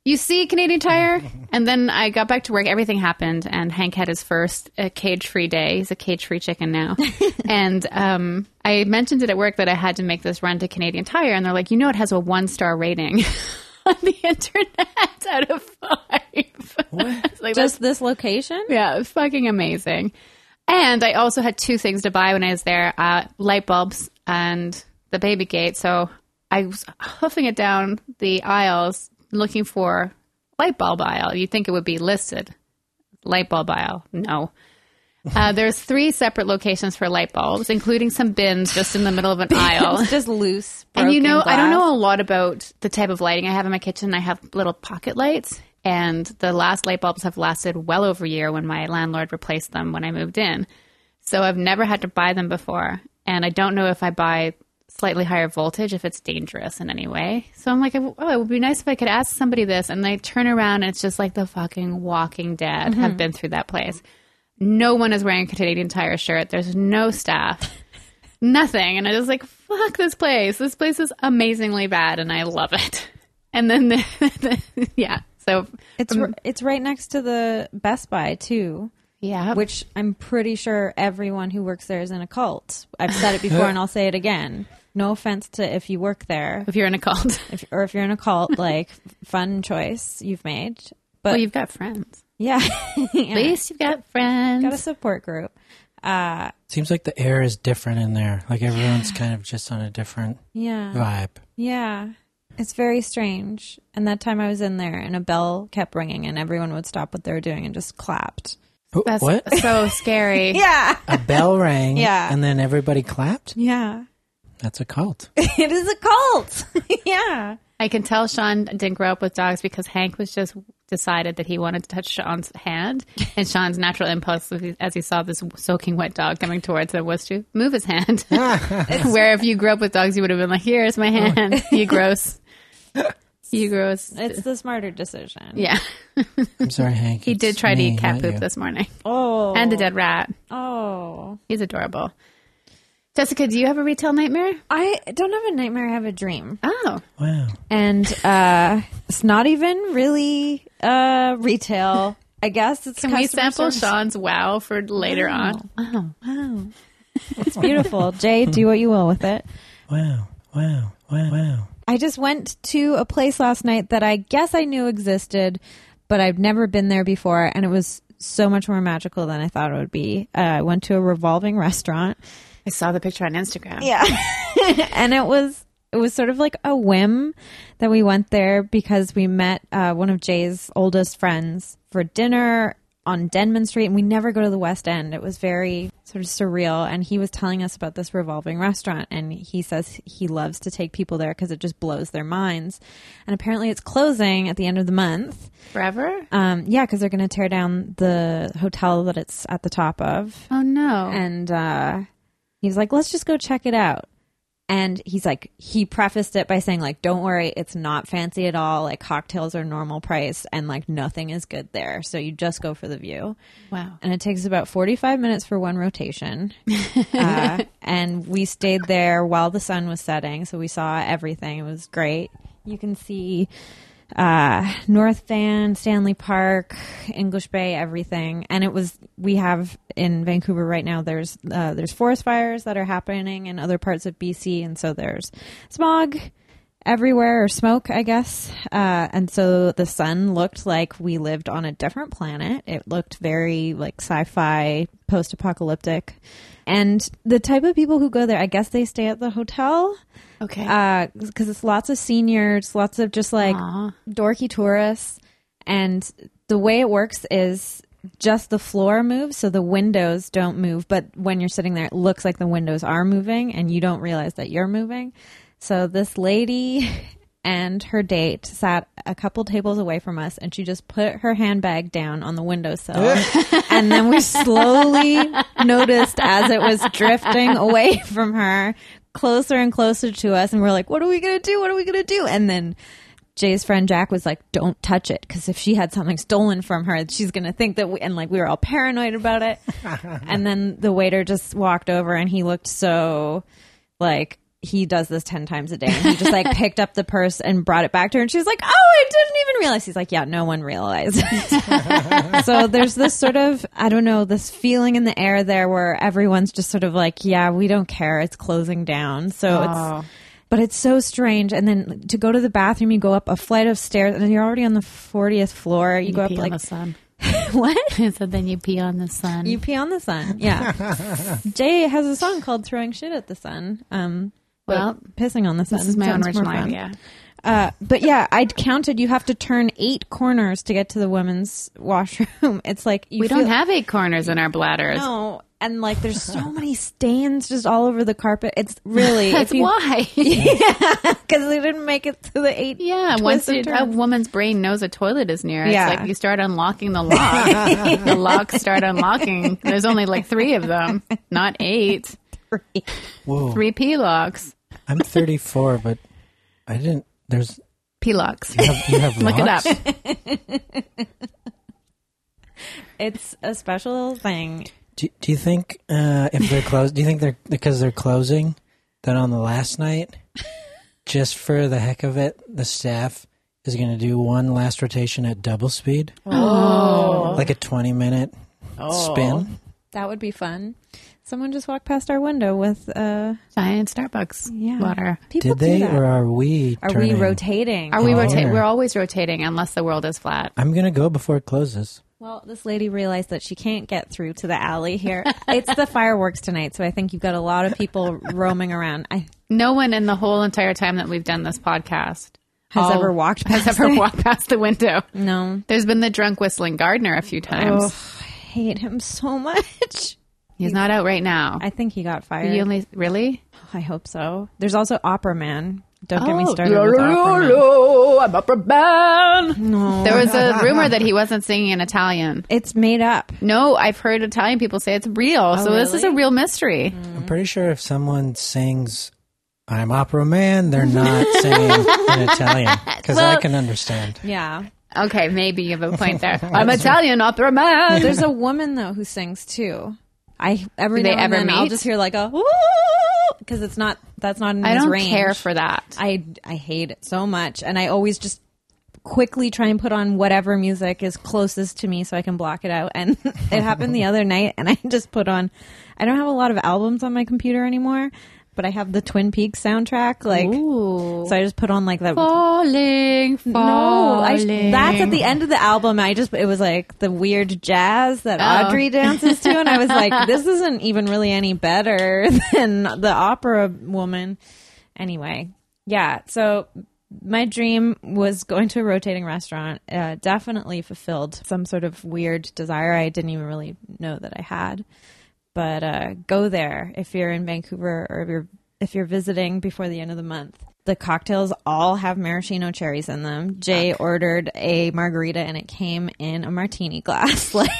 [SPEAKER 2] you see, Canadian Tire. and then I got back to work. Everything happened, and Hank had his first uh, cage-free day. He's a cage-free chicken now. and um, I mentioned it at work that I had to make this run to Canadian Tire, and they're like, you know, it has a one-star rating. On the internet, out of five. It's like,
[SPEAKER 1] Just this location?
[SPEAKER 2] yeah, it was fucking amazing. And I also had two things to buy when I was there: uh, light bulbs and the baby gate. So I was hoofing it down the aisles looking for light bulb aisle. You'd think it would be listed light bulb aisle. No. Uh, there's three separate locations for light bulbs, including some bins just in the middle of an aisle.
[SPEAKER 1] It's just loose.
[SPEAKER 2] And you
[SPEAKER 1] broken
[SPEAKER 2] know, I don't
[SPEAKER 1] glass.
[SPEAKER 2] know a lot about the type of lighting I have in my kitchen. I have little pocket lights, and the last light bulbs have lasted well over a year when my landlord replaced them when I moved in. So I've never had to buy them before, and I don't know if I buy slightly higher voltage if it's dangerous in any way. So I'm like, oh, it would be nice if I could ask somebody this, and they turn around and it's just like the fucking Walking Dead
[SPEAKER 1] Mm-hmm.
[SPEAKER 2] have been through that place. No one is wearing a Canadian Tire shirt. There's no staff nothing. And I was like, fuck this place. This place is amazingly bad and I love it. And then, the, the- yeah. So,
[SPEAKER 1] It's r- it's right next to the Best Buy too,
[SPEAKER 2] yeah.
[SPEAKER 1] which I'm pretty sure everyone who works there is in a cult. I've said it before and I'll say it again. No offense to if you work there
[SPEAKER 2] if you're in a cult,
[SPEAKER 1] if, or if you're in a cult, like fun choice you've made. But
[SPEAKER 2] well, you've got friends.
[SPEAKER 1] yeah, Yeah.
[SPEAKER 2] At least you've got friends.
[SPEAKER 1] got a support group. Uh,
[SPEAKER 3] Seems like the air is different in there. Like everyone's kind of just on a different
[SPEAKER 1] yeah.
[SPEAKER 3] vibe.
[SPEAKER 1] Yeah. It's very strange. And that time I was in there and a bell kept ringing and everyone would stop what they were doing and just clapped.
[SPEAKER 3] Wh-
[SPEAKER 2] That's
[SPEAKER 3] what?
[SPEAKER 2] so scary.
[SPEAKER 1] Yeah.
[SPEAKER 3] a bell rang
[SPEAKER 1] Yeah.
[SPEAKER 3] and then everybody clapped?
[SPEAKER 1] Yeah.
[SPEAKER 3] That's a cult.
[SPEAKER 1] It is a cult. yeah.
[SPEAKER 2] I can tell Sean didn't grow up with dogs because Hank was just decided that he wanted to touch Sean's hand, and Sean's natural impulse was- as he saw this soaking wet dog coming towards him was to move his hand. Where if you grew up with dogs, you would have been like, "Here's my hand, you gross, you gross."
[SPEAKER 1] It's the smarter decision.
[SPEAKER 2] Yeah,
[SPEAKER 3] I'm sorry, Hank.
[SPEAKER 2] he did try to eat cat poop
[SPEAKER 3] This
[SPEAKER 2] this morning
[SPEAKER 1] Oh.
[SPEAKER 2] and a dead rat.
[SPEAKER 1] Oh.
[SPEAKER 2] He's adorable. Jessica, do you have a retail nightmare?
[SPEAKER 1] I don't have a nightmare. I have a dream.
[SPEAKER 2] Oh,
[SPEAKER 3] Wow.
[SPEAKER 1] And uh, it's not even really uh, retail. I guess it's
[SPEAKER 2] can we
[SPEAKER 1] customer
[SPEAKER 2] sample
[SPEAKER 1] service.
[SPEAKER 2] Sean's wow for later on?
[SPEAKER 1] It's beautiful. Jay, do what you will with it.
[SPEAKER 3] Wow. Wow. Wow. Wow.
[SPEAKER 1] I just went to a place last night that I guess I knew existed, but I've never been there before, and it was so much more magical than I thought it would be. Uh, I went to a revolving restaurant,
[SPEAKER 2] I saw the picture on Instagram.
[SPEAKER 1] yeah, and it was it was sort of like a whim that we went there because we met uh, one of Jay's oldest friends for dinner on Denman Street, and we never go to the West End. It was very sort of surreal, and he was telling us about this revolving restaurant, and he says he loves to take people there because it just blows their minds. And apparently, it's closing at the end of the month.
[SPEAKER 2] Forever?
[SPEAKER 1] Um, yeah, because they're going to tear down the hotel that it's at the top of
[SPEAKER 2] Oh no.
[SPEAKER 1] and uh, he was like, "Let's just go check it out." And he's like, he prefaced it by saying, like, "Don't worry, it's not fancy at all. Like cocktails are normal price, and like nothing is good there. So you just go for the view."
[SPEAKER 2] Wow.
[SPEAKER 1] And it takes about forty-five minutes for one rotation. uh, and we stayed there while the sun was setting, so we saw everything. It was great. You can see uh, North Van, Stanley Park, English Bay, everything. And it was we have in Vancouver right now. There's uh, there's forest fires that are happening in other parts of BC, and so there's smog everywhere or smoke, I guess. Uh, and so the sun looked like we lived on a different planet. It looked very like sci-fi, post-apocalyptic. And the type of people who go there, I guess they stay at the hotel
[SPEAKER 2] Okay.
[SPEAKER 1] Uh, because it's lots of seniors, lots of just like
[SPEAKER 2] Aw.
[SPEAKER 1] dorky tourists. And the way it works is just the floor moves, so the windows don't move. But when you're sitting there, it looks like the windows are moving, and you don't realize that you're moving. So this lady and her date sat a couple tables away from us, and she just put her handbag down on the windowsill. and then we slowly noticed as it was drifting away from her, closer and closer to us, and we're like, "What are we gonna do? What are we gonna do?" And then Jay's friend Jack was like, "Don't touch it, because if she had something stolen from her, she's gonna think that we." And like we were all paranoid about it. and then the waiter just walked over, and he looked so like he does this 10 times a day and he just like picked up the purse and brought it back to her and she was like oh i didn't even realize he's like yeah no one realized so there's this sort of i don't know this feeling in the air there where everyone's just sort of like yeah we don't care it's closing down so
[SPEAKER 2] Oh.
[SPEAKER 1] it's but it's so strange and then to go to the bathroom you go up a flight of stairs and you're already on the 40th floor you, go up
[SPEAKER 2] pee
[SPEAKER 1] like
[SPEAKER 2] on the sun.
[SPEAKER 1] what
[SPEAKER 2] so then you pee on the sun.
[SPEAKER 1] you pee on the sun yeah jay has a song called throwing shit at the sun um
[SPEAKER 2] well,
[SPEAKER 1] pissing on the sun
[SPEAKER 2] this is my own
[SPEAKER 1] sounds more
[SPEAKER 2] original
[SPEAKER 1] fun.
[SPEAKER 2] idea.
[SPEAKER 1] Uh, but yeah, I counted. You have to turn eight corners to get to the women's washroom. It's like you
[SPEAKER 2] We don't
[SPEAKER 1] feel-
[SPEAKER 2] have eight corners in our bladders.
[SPEAKER 1] no, and like there's so many stains just all over the carpet. It's really
[SPEAKER 2] That's why.
[SPEAKER 1] because they didn't make it to the eight.
[SPEAKER 2] Yeah,
[SPEAKER 1] twists
[SPEAKER 2] once
[SPEAKER 1] and
[SPEAKER 2] you, a
[SPEAKER 1] turns.
[SPEAKER 2] woman's brain knows a toilet is near,
[SPEAKER 1] Yeah.
[SPEAKER 2] it's like you start unlocking the lock. the locks start unlocking. There's only like three of them, not eight.
[SPEAKER 3] Whoa.
[SPEAKER 2] Three P locks.
[SPEAKER 3] I'm 34, but I didn't. There's.
[SPEAKER 2] P locks.
[SPEAKER 3] You have, you have
[SPEAKER 2] Look it
[SPEAKER 3] locks?
[SPEAKER 2] up.
[SPEAKER 1] it's a special thing.
[SPEAKER 3] Do, do you think uh, if they're closed, do you think they're because they're closing that on the last night, just for the heck of it, the staff is going to do one last rotation at double speed? Oh. Like a 20 minute spin?
[SPEAKER 1] That would be fun. Someone just walked past our window with uh,
[SPEAKER 2] Giant Starbucks
[SPEAKER 1] yeah
[SPEAKER 2] water.
[SPEAKER 1] People
[SPEAKER 3] Did
[SPEAKER 1] do
[SPEAKER 3] they
[SPEAKER 1] that.
[SPEAKER 3] or are we
[SPEAKER 1] Are we
[SPEAKER 3] turning?
[SPEAKER 1] rotating?
[SPEAKER 2] Are we
[SPEAKER 3] Oh,
[SPEAKER 2] rotating?
[SPEAKER 3] yeah.
[SPEAKER 2] We're always rotating unless the world is flat.
[SPEAKER 3] I'm going to go before it closes.
[SPEAKER 1] Well, this lady realized that she can't get through to the alley here. it's the fireworks tonight, so I think you've got a lot of people roaming around. I
[SPEAKER 2] No one in the whole entire time that we've done this podcast
[SPEAKER 1] has
[SPEAKER 2] all-
[SPEAKER 1] ever walked past.
[SPEAKER 2] has ever walked past the window.
[SPEAKER 1] No,
[SPEAKER 2] There's been the drunk whistling gardener a
[SPEAKER 1] Oh.
[SPEAKER 2] few times.
[SPEAKER 1] Ugh, I hate him so much.
[SPEAKER 2] He's not out right now.
[SPEAKER 1] I think he got fired.
[SPEAKER 2] You only really?
[SPEAKER 1] I hope so. There's also Opera Man. Don't get me
[SPEAKER 2] Oh.
[SPEAKER 1] started with Opera Man.
[SPEAKER 2] I'm opera man.
[SPEAKER 1] No,
[SPEAKER 2] There was a rumor that he wasn't singing in Italian.
[SPEAKER 1] it's made up.
[SPEAKER 2] No, I've heard Italian people say it's real. so this is a
[SPEAKER 1] Oh, really? Mm.
[SPEAKER 2] real mystery.
[SPEAKER 3] I'm pretty sure if someone sings "I'm Opera Man," they're not singing in Italian because I can understand.
[SPEAKER 1] Yeah,
[SPEAKER 2] Okay, maybe you have a point there. I'm Italian opera man.
[SPEAKER 1] there's a woman though who sings too. I every
[SPEAKER 2] Do they
[SPEAKER 1] now and
[SPEAKER 2] ever
[SPEAKER 1] then I'll
[SPEAKER 2] meet?
[SPEAKER 1] just hear like a because it's not that's not in
[SPEAKER 2] I
[SPEAKER 1] his
[SPEAKER 2] don't
[SPEAKER 1] range.
[SPEAKER 2] care for that.
[SPEAKER 1] I I hate it so much, and I always just quickly try and put on whatever music is closest to me so I can block it out. And it happened the other night, and I just put on. I don't have a lot of albums on my computer anymore, but I have the Twin Peaks soundtrack. Like, so I just put on like that.
[SPEAKER 2] Falling, falling.
[SPEAKER 1] No, I, that's at the end of the album. I just it was like the weird jazz that
[SPEAKER 2] Oh.
[SPEAKER 1] Audrey dances to, and I was like, this isn't even really any better than the opera woman. Anyway, yeah. So my dream was going to a rotating restaurant. Uh, definitely fulfilled some sort of weird desire I didn't even really know that I had. But uh, go there if you're in Vancouver or if you're if you're visiting before the end of the month. The cocktails all have maraschino cherries in them. Jay ordered a margarita and it came in a martini glass, like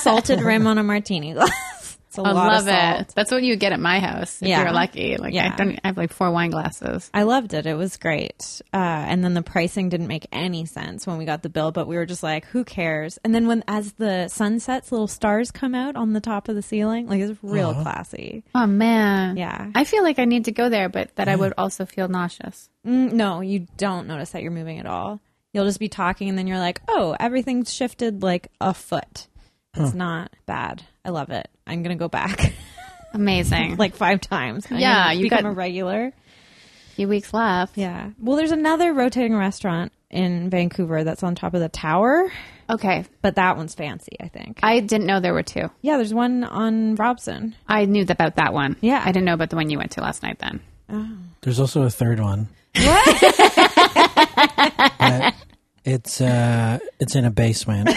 [SPEAKER 1] salted rim on a martini glass. It's a
[SPEAKER 2] I
[SPEAKER 1] lot of
[SPEAKER 2] love
[SPEAKER 1] salt.
[SPEAKER 2] it. That's what you get at my house if
[SPEAKER 1] Yeah.
[SPEAKER 2] you're lucky. Like
[SPEAKER 1] Yeah.
[SPEAKER 2] I don't I have like four wine glasses.
[SPEAKER 1] I loved it. It was great. Uh, and then the pricing didn't make any sense when we got the bill, but we were just like, who cares? And then when as the sun sets, little stars come out on the top of the ceiling. Like it's real classy.
[SPEAKER 2] Oh man.
[SPEAKER 1] Yeah.
[SPEAKER 2] I feel like I need to go there, but that I would also feel nauseous.
[SPEAKER 1] Mm, no, you don't notice that you're moving at all. You'll just be talking, and then you're like, oh, everything's shifted like a foot. It's not bad. I love it. I'm gonna go back
[SPEAKER 2] Amazing.
[SPEAKER 1] like five times. I'm
[SPEAKER 2] Yeah,
[SPEAKER 1] gonna
[SPEAKER 2] you
[SPEAKER 1] become
[SPEAKER 2] got-
[SPEAKER 1] a regular.
[SPEAKER 2] few weeks left.
[SPEAKER 1] Yeah. Well, there's another rotating restaurant in Vancouver that's on top of the tower.
[SPEAKER 2] Okay.
[SPEAKER 1] but that one's fancy, I think.
[SPEAKER 2] I didn't know there were two.
[SPEAKER 1] Yeah, there's one on Robson.
[SPEAKER 2] I knew about that one.
[SPEAKER 1] Yeah.
[SPEAKER 2] I didn't know about the one you went to last night then.
[SPEAKER 3] There's also a third one. What? it's uh, it's in a basement,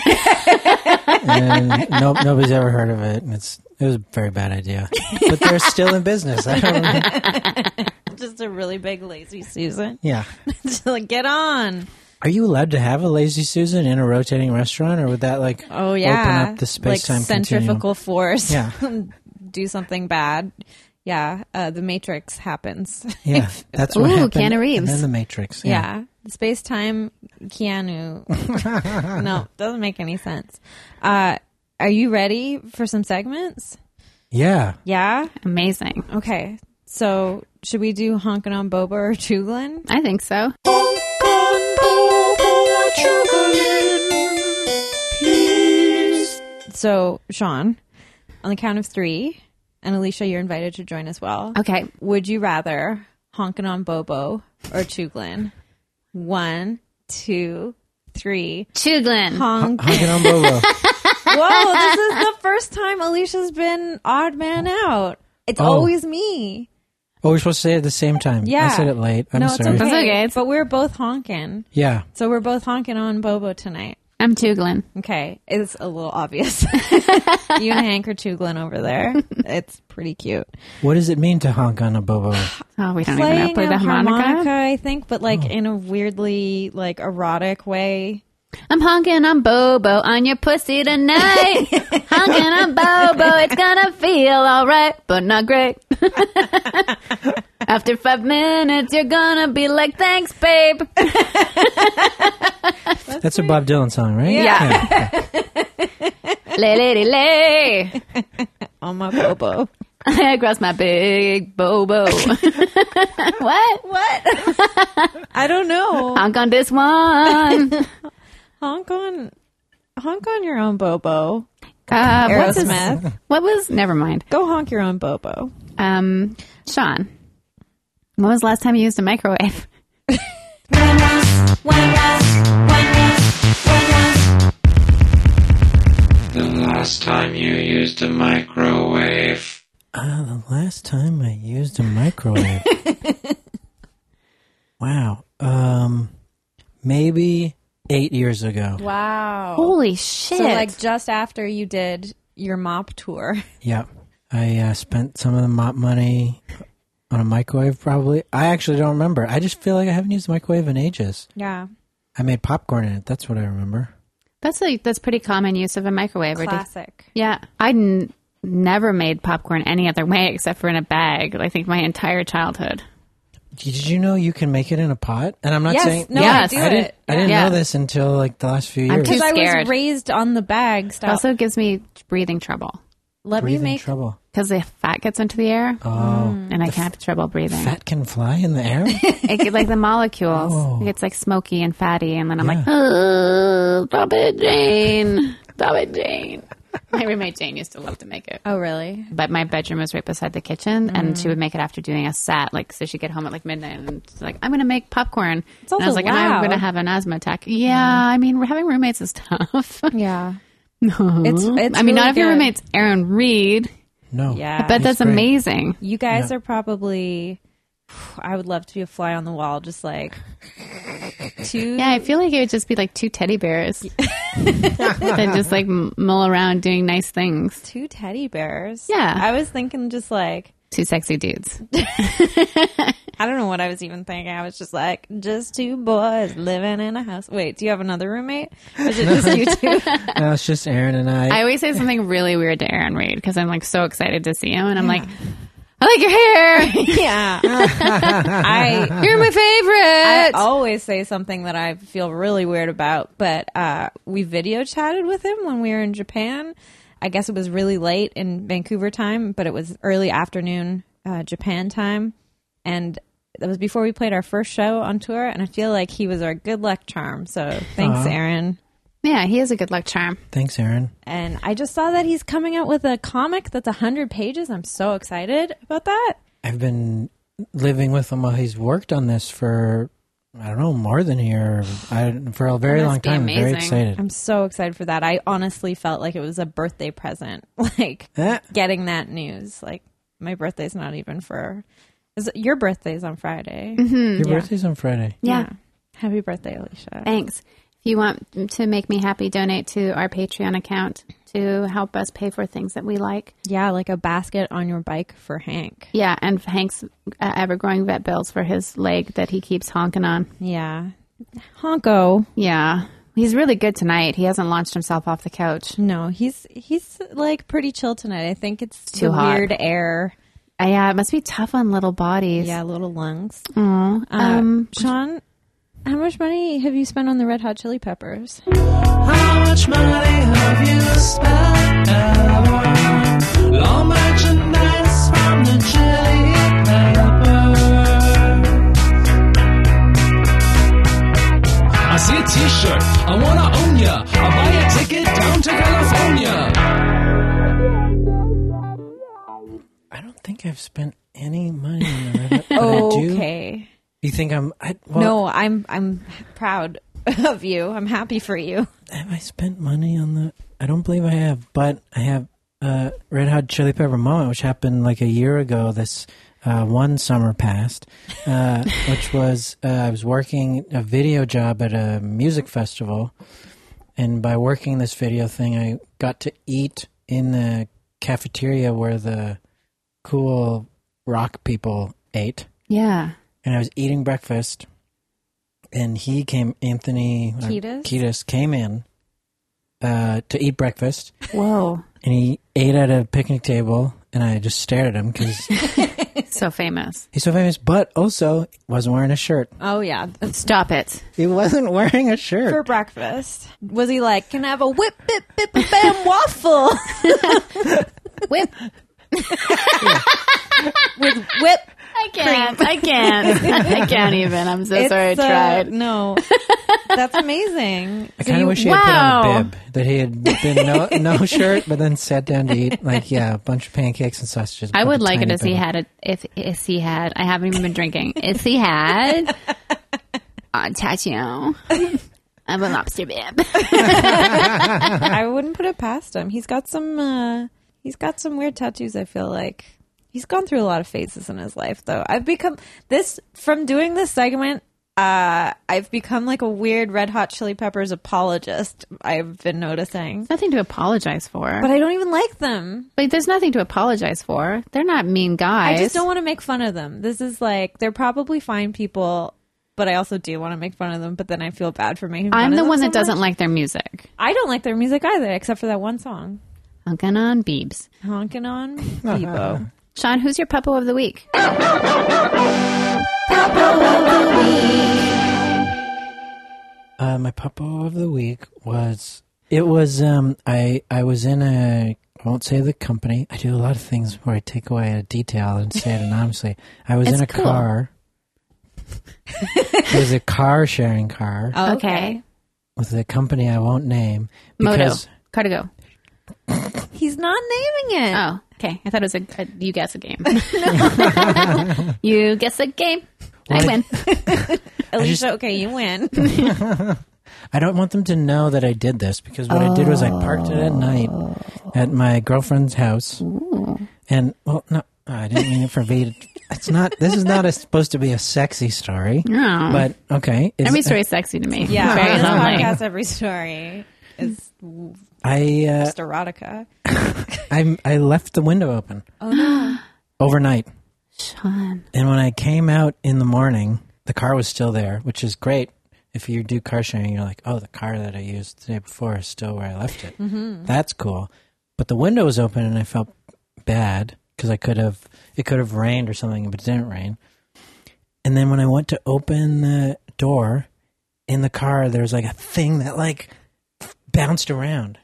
[SPEAKER 3] and no, nobody's ever heard of it. And it's it was a very bad idea, but they're still in business. I don't know.
[SPEAKER 1] Just a really big lazy Susan.
[SPEAKER 3] Yeah.
[SPEAKER 1] Just like get on.
[SPEAKER 3] Are you allowed to have a lazy Susan in a rotating restaurant, or would that like
[SPEAKER 1] Oh yeah.
[SPEAKER 3] open up the space time
[SPEAKER 1] like centrifugal force.
[SPEAKER 3] Yeah.
[SPEAKER 1] Do something bad. yeah, uh, the Matrix happens.
[SPEAKER 3] Yeah, that's what
[SPEAKER 2] Ooh,
[SPEAKER 3] happened.
[SPEAKER 2] Keanu Reeves.
[SPEAKER 3] And then the Matrix. Yeah.
[SPEAKER 1] Yeah. Space time Keanu. no, doesn't make any sense. Uh, are you ready for some segments?
[SPEAKER 3] Yeah.
[SPEAKER 1] Yeah?
[SPEAKER 2] Amazing.
[SPEAKER 1] Okay. So, should we do Honkin' on Boba or Chuglin?
[SPEAKER 2] I think so.
[SPEAKER 1] So, Sean, on the count of three, and Alicia, you're invited to join as well.
[SPEAKER 2] Okay.
[SPEAKER 1] Would you rather Honkin' on Bobo or Chuglin? One, two, three.
[SPEAKER 2] Chuglin.
[SPEAKER 1] Honk.
[SPEAKER 3] Honking on Bobo.
[SPEAKER 1] Whoa, this is the first time Alicia's been odd man out. It's
[SPEAKER 3] Oh.
[SPEAKER 1] always me.
[SPEAKER 3] Oh, we're supposed to say it at the same time.
[SPEAKER 1] Yeah.
[SPEAKER 3] I said it late. I'm
[SPEAKER 1] no,
[SPEAKER 3] sorry.
[SPEAKER 1] it's okay.
[SPEAKER 2] That's okay. It's-
[SPEAKER 1] But we're both honking.
[SPEAKER 3] Yeah.
[SPEAKER 1] So we're both honking on Bobo tonight.
[SPEAKER 2] I'm Chuglin.
[SPEAKER 1] Okay. It's a little obvious. you and Hank are Chuglin over there. It's pretty cute.
[SPEAKER 3] What does it mean to honk on a Bobo?
[SPEAKER 2] Oh, we don't even know.
[SPEAKER 1] Playing
[SPEAKER 2] Play the
[SPEAKER 1] a harmonica?
[SPEAKER 2] harmonica.
[SPEAKER 1] I think, but
[SPEAKER 3] Oh.
[SPEAKER 1] like in a weirdly like erotic way.
[SPEAKER 2] I'm honking on Bobo on your pussy tonight. honking on Bobo, it's gonna feel alright, but not great. After five minutes, you're gonna be like, thanks, babe.
[SPEAKER 3] That's a Bob Dylan song, right?
[SPEAKER 2] Yeah. lay, lay, lay, lay.
[SPEAKER 1] On my Bobo.
[SPEAKER 2] I cross my big Bobo. what?
[SPEAKER 1] what? I don't know.
[SPEAKER 2] Honk on this one. Uh,
[SPEAKER 1] Honk on honk on your own Bobo.
[SPEAKER 2] Uh, what's his-
[SPEAKER 1] Aerosmith.
[SPEAKER 2] what was? Never mind.
[SPEAKER 1] Go honk your own Bobo.
[SPEAKER 2] Um, Sean, when was the last time you used a microwave?
[SPEAKER 4] The last time you used a microwave.
[SPEAKER 3] Uh, the last time I used a microwave. wow. Um, maybe eight years ago.
[SPEAKER 1] Wow.
[SPEAKER 2] Holy shit.
[SPEAKER 1] So like just after you did your mop tour.
[SPEAKER 3] Yeah. I uh, spent some of the mop money on a microwave, probably. I actually don't remember. I just feel like I haven't used a microwave in ages.
[SPEAKER 1] Yeah.
[SPEAKER 3] I made popcorn in it. That's what I remember.
[SPEAKER 2] That's a that's pretty common use of a microwave. I just-
[SPEAKER 1] Classic.
[SPEAKER 2] Yeah, I n- never made popcorn any other way except for in a bag. I think my entire childhood.
[SPEAKER 3] Did you know you can make it in a pot? And I'm not
[SPEAKER 1] Yes.
[SPEAKER 3] saying
[SPEAKER 1] No,
[SPEAKER 2] Yes.
[SPEAKER 1] I do
[SPEAKER 3] I didn't.
[SPEAKER 1] it.
[SPEAKER 3] I didn't
[SPEAKER 2] Yeah.
[SPEAKER 3] know this until like the last few years.
[SPEAKER 2] too-
[SPEAKER 1] Because I was
[SPEAKER 2] Scared.
[SPEAKER 1] raised on the bag
[SPEAKER 2] It
[SPEAKER 1] stuff.
[SPEAKER 2] also gives me breathing trouble
[SPEAKER 1] Let me
[SPEAKER 3] breathing
[SPEAKER 1] make
[SPEAKER 3] trouble.
[SPEAKER 2] because the fat gets into the air
[SPEAKER 3] Oh,
[SPEAKER 2] and I can have trouble breathing.
[SPEAKER 3] fat can fly in the air.
[SPEAKER 2] It get- like the molecules,
[SPEAKER 3] Oh.
[SPEAKER 2] it gets like smoky and fatty, and then I'm like, oh, stop it, Jane, stop it, Jane. My roommate Jane used to love to make it.
[SPEAKER 1] Oh really?
[SPEAKER 2] but my bedroom was right beside the kitchen and she would make it after doing a set like so she'd get home at like midnight and she's like i'm gonna make popcorn and i
[SPEAKER 1] also
[SPEAKER 2] was like and i'm
[SPEAKER 1] loud.
[SPEAKER 2] gonna have an asthma attack yeah i mean we're having roommates is tough
[SPEAKER 1] Yeah.
[SPEAKER 2] no
[SPEAKER 1] It's it's
[SPEAKER 2] i
[SPEAKER 1] really
[SPEAKER 2] mean not if your
[SPEAKER 1] good.
[SPEAKER 2] roommate's aaron reed
[SPEAKER 3] No.
[SPEAKER 1] Yeah.
[SPEAKER 2] but that's
[SPEAKER 3] great.
[SPEAKER 2] amazing
[SPEAKER 1] you guys are probably I would love to be a fly on the wall just like two
[SPEAKER 2] yeah i feel like it would just be like two teddy bears that just like m- mull around doing nice things
[SPEAKER 1] two teddy bears.
[SPEAKER 2] Yeah.
[SPEAKER 1] I was thinking just like
[SPEAKER 2] two sexy dudes
[SPEAKER 1] I don't know what I was even thinking. I was just like, just two boys living in a house. Wait, do you have another roommate? Or is it just you two?
[SPEAKER 3] No, it's just Aaron and I.
[SPEAKER 2] I always say something really weird to Aaron Reed because I'm like so excited to see him, and I'm like, I like your hair.
[SPEAKER 1] yeah. I
[SPEAKER 2] You're my
[SPEAKER 1] I
[SPEAKER 2] favorite.
[SPEAKER 1] always say something that I feel really weird about, but uh, we video chatted with him when we were in Japan. I guess it was really late in Vancouver time, but it was early afternoon uh, Japan time. And that was before we played our first show on tour. And I feel like he was our good luck charm. So thanks, Aaron.
[SPEAKER 2] yeah, he is a good luck charm.
[SPEAKER 3] Thanks, Aaron.
[SPEAKER 1] And I just saw that he's coming out with a comic that's 100 pages. I'm so excited about that.
[SPEAKER 3] I've been living with him while he's worked on this for I don't know more than a year I, for a very
[SPEAKER 2] That must
[SPEAKER 3] long
[SPEAKER 2] be
[SPEAKER 3] time. I'm Very
[SPEAKER 2] amazing.
[SPEAKER 3] excited.
[SPEAKER 1] I'm so excited for that. I honestly felt like it was a birthday present. Like,
[SPEAKER 3] Eh,
[SPEAKER 1] getting that news. Like my birthday's not even for. Is it- your birthday's on Friday?
[SPEAKER 3] your birthday's on Friday.
[SPEAKER 2] Yeah.
[SPEAKER 1] Happy birthday, Alicia.
[SPEAKER 2] Thanks. If you want to make me happy, donate to our Patreon account to help us pay for things that we like.
[SPEAKER 1] Yeah, like a basket on your bike for Hank.
[SPEAKER 2] Yeah, and Hank's uh, ever-growing vet bills for his leg that he keeps honking on.
[SPEAKER 1] Yeah. Honko.
[SPEAKER 2] Yeah, he's really good tonight. He hasn't launched himself off the couch.
[SPEAKER 1] No, he's he's like pretty chill tonight. I think it's
[SPEAKER 2] too
[SPEAKER 1] the
[SPEAKER 2] hot.
[SPEAKER 1] weird air
[SPEAKER 5] Uh, yeah, it must be tough on little bodies.
[SPEAKER 1] Yeah, little lungs.
[SPEAKER 5] Aw.
[SPEAKER 1] Um,
[SPEAKER 5] Um,
[SPEAKER 1] Sean, how much money have you spent on the Red Hot Chili Peppers?
[SPEAKER 6] How much money have you spent? All merchandise from the Chili Peppers. I see a T-shirt, I wanna own ya. I'll buy a ticket down to California.
[SPEAKER 3] I don't think I've spent any money on the Reddit. but I do.
[SPEAKER 1] okay.
[SPEAKER 3] You think I'm? I, well,
[SPEAKER 1] no, I'm I'm proud of you. I'm happy for you.
[SPEAKER 3] Have I spent money on the? I don't believe I have, but I have uh, Red Hot Chili Pepper moment, which happened like a year ago. This uh, one summer past, uh, which was uh, I was working a video job at a music festival, and by working this video thing, I got to eat in the cafeteria where the cool rock people ate,
[SPEAKER 5] yeah.
[SPEAKER 3] and I was eating breakfast. And he came, Anthony or
[SPEAKER 1] Kiedis?
[SPEAKER 3] Kiedis came in uh, to eat breakfast,
[SPEAKER 5] Whoa.
[SPEAKER 3] and he ate at a picnic table, and I just stared at him because
[SPEAKER 5] so famous.
[SPEAKER 3] he's so famous. But also, wasn't wearing a shirt.
[SPEAKER 1] Oh yeah,
[SPEAKER 5] Stop it.
[SPEAKER 3] He wasn't wearing a shirt.
[SPEAKER 1] for breakfast. Was he like, "Can I have a whip bip bip bip, bam waffle?"
[SPEAKER 5] Whip.
[SPEAKER 1] whip.
[SPEAKER 5] I can't. I can't. I can't even. I'm so sorry I
[SPEAKER 1] It's, uh,
[SPEAKER 5] tried.
[SPEAKER 1] no. That's amazing.
[SPEAKER 3] I kind of wish he had put on a bib that he had been no, no shirt, but then sat down to eat like yeah, a bunch of pancakes and sausages.
[SPEAKER 5] I
[SPEAKER 3] with
[SPEAKER 5] would
[SPEAKER 3] a
[SPEAKER 5] like it
[SPEAKER 3] tiny
[SPEAKER 5] if he
[SPEAKER 3] bib.
[SPEAKER 5] had a if if he had. I haven't even been drinking. if he had a tattoo of a lobster bib.
[SPEAKER 1] I wouldn't put it past him. He's got some uh he's got some weird tattoos, I feel like. He's gone through a lot of phases in his life though. I've become this from doing this segment uh, I've become like a weird Red Hot Chili Peppers apologist. I've been noticing,
[SPEAKER 5] nothing to apologize for.
[SPEAKER 1] but I don't even like them.
[SPEAKER 5] like, there's nothing to apologize for. They're not mean guys.
[SPEAKER 1] I just don't want to make fun of them. This is like they're probably fine people, but I also do want to make fun of them. But then I feel bad for making. Fun
[SPEAKER 5] I'm
[SPEAKER 1] of
[SPEAKER 5] the
[SPEAKER 1] them
[SPEAKER 5] one
[SPEAKER 1] so
[SPEAKER 5] that doesn't
[SPEAKER 1] much.
[SPEAKER 5] like their music.
[SPEAKER 1] I don't like their music either, except for that one song,
[SPEAKER 5] Honking on beebs.
[SPEAKER 1] "Honking on Bebo."
[SPEAKER 5] Sean, who's your puppo of the week?
[SPEAKER 3] Uh, my puppo of the week was it was um I I was in a I won't say the company. I do a lot of things where I take away a detail and say it anonymously. I was in a
[SPEAKER 5] It's cool.
[SPEAKER 3] car. it was a car sharing car
[SPEAKER 1] Oh,
[SPEAKER 3] with a company I won't name
[SPEAKER 5] Moto.
[SPEAKER 3] because
[SPEAKER 5] Cardigo.
[SPEAKER 1] he's not naming it.
[SPEAKER 5] Oh, okay. I thought it was a, a you guess a game. you guess a game. I
[SPEAKER 3] Well,
[SPEAKER 5] win.
[SPEAKER 1] Alicia,
[SPEAKER 3] just-
[SPEAKER 1] okay, you win.
[SPEAKER 3] I don't want them to know that I did this because what I did was I parked it at night
[SPEAKER 5] Oh.
[SPEAKER 3] at my girlfriend's house. And well, no, I didn't mean it for me. to- It's not. This is not a, supposed to be a sexy story.
[SPEAKER 5] No.
[SPEAKER 3] But okay, is-
[SPEAKER 5] Every story's sexy to me.
[SPEAKER 1] Yeah,
[SPEAKER 5] Very
[SPEAKER 1] right? this
[SPEAKER 5] lonely.
[SPEAKER 1] podcast, every story is
[SPEAKER 3] I uh,
[SPEAKER 1] just erotica.
[SPEAKER 3] I I left the window open. Oh no! Overnight,
[SPEAKER 5] Sean.
[SPEAKER 3] and when I came out in the morning, the car was still there, which is great. If you do car sharing, you're like, oh, the car that I used the day before is still where I left it. That's cool. But the window was open, and I felt bad because I could have it could have rained or something, but it didn't rain. And then when I went to open the door in the car, there was like a thing that like bounced around.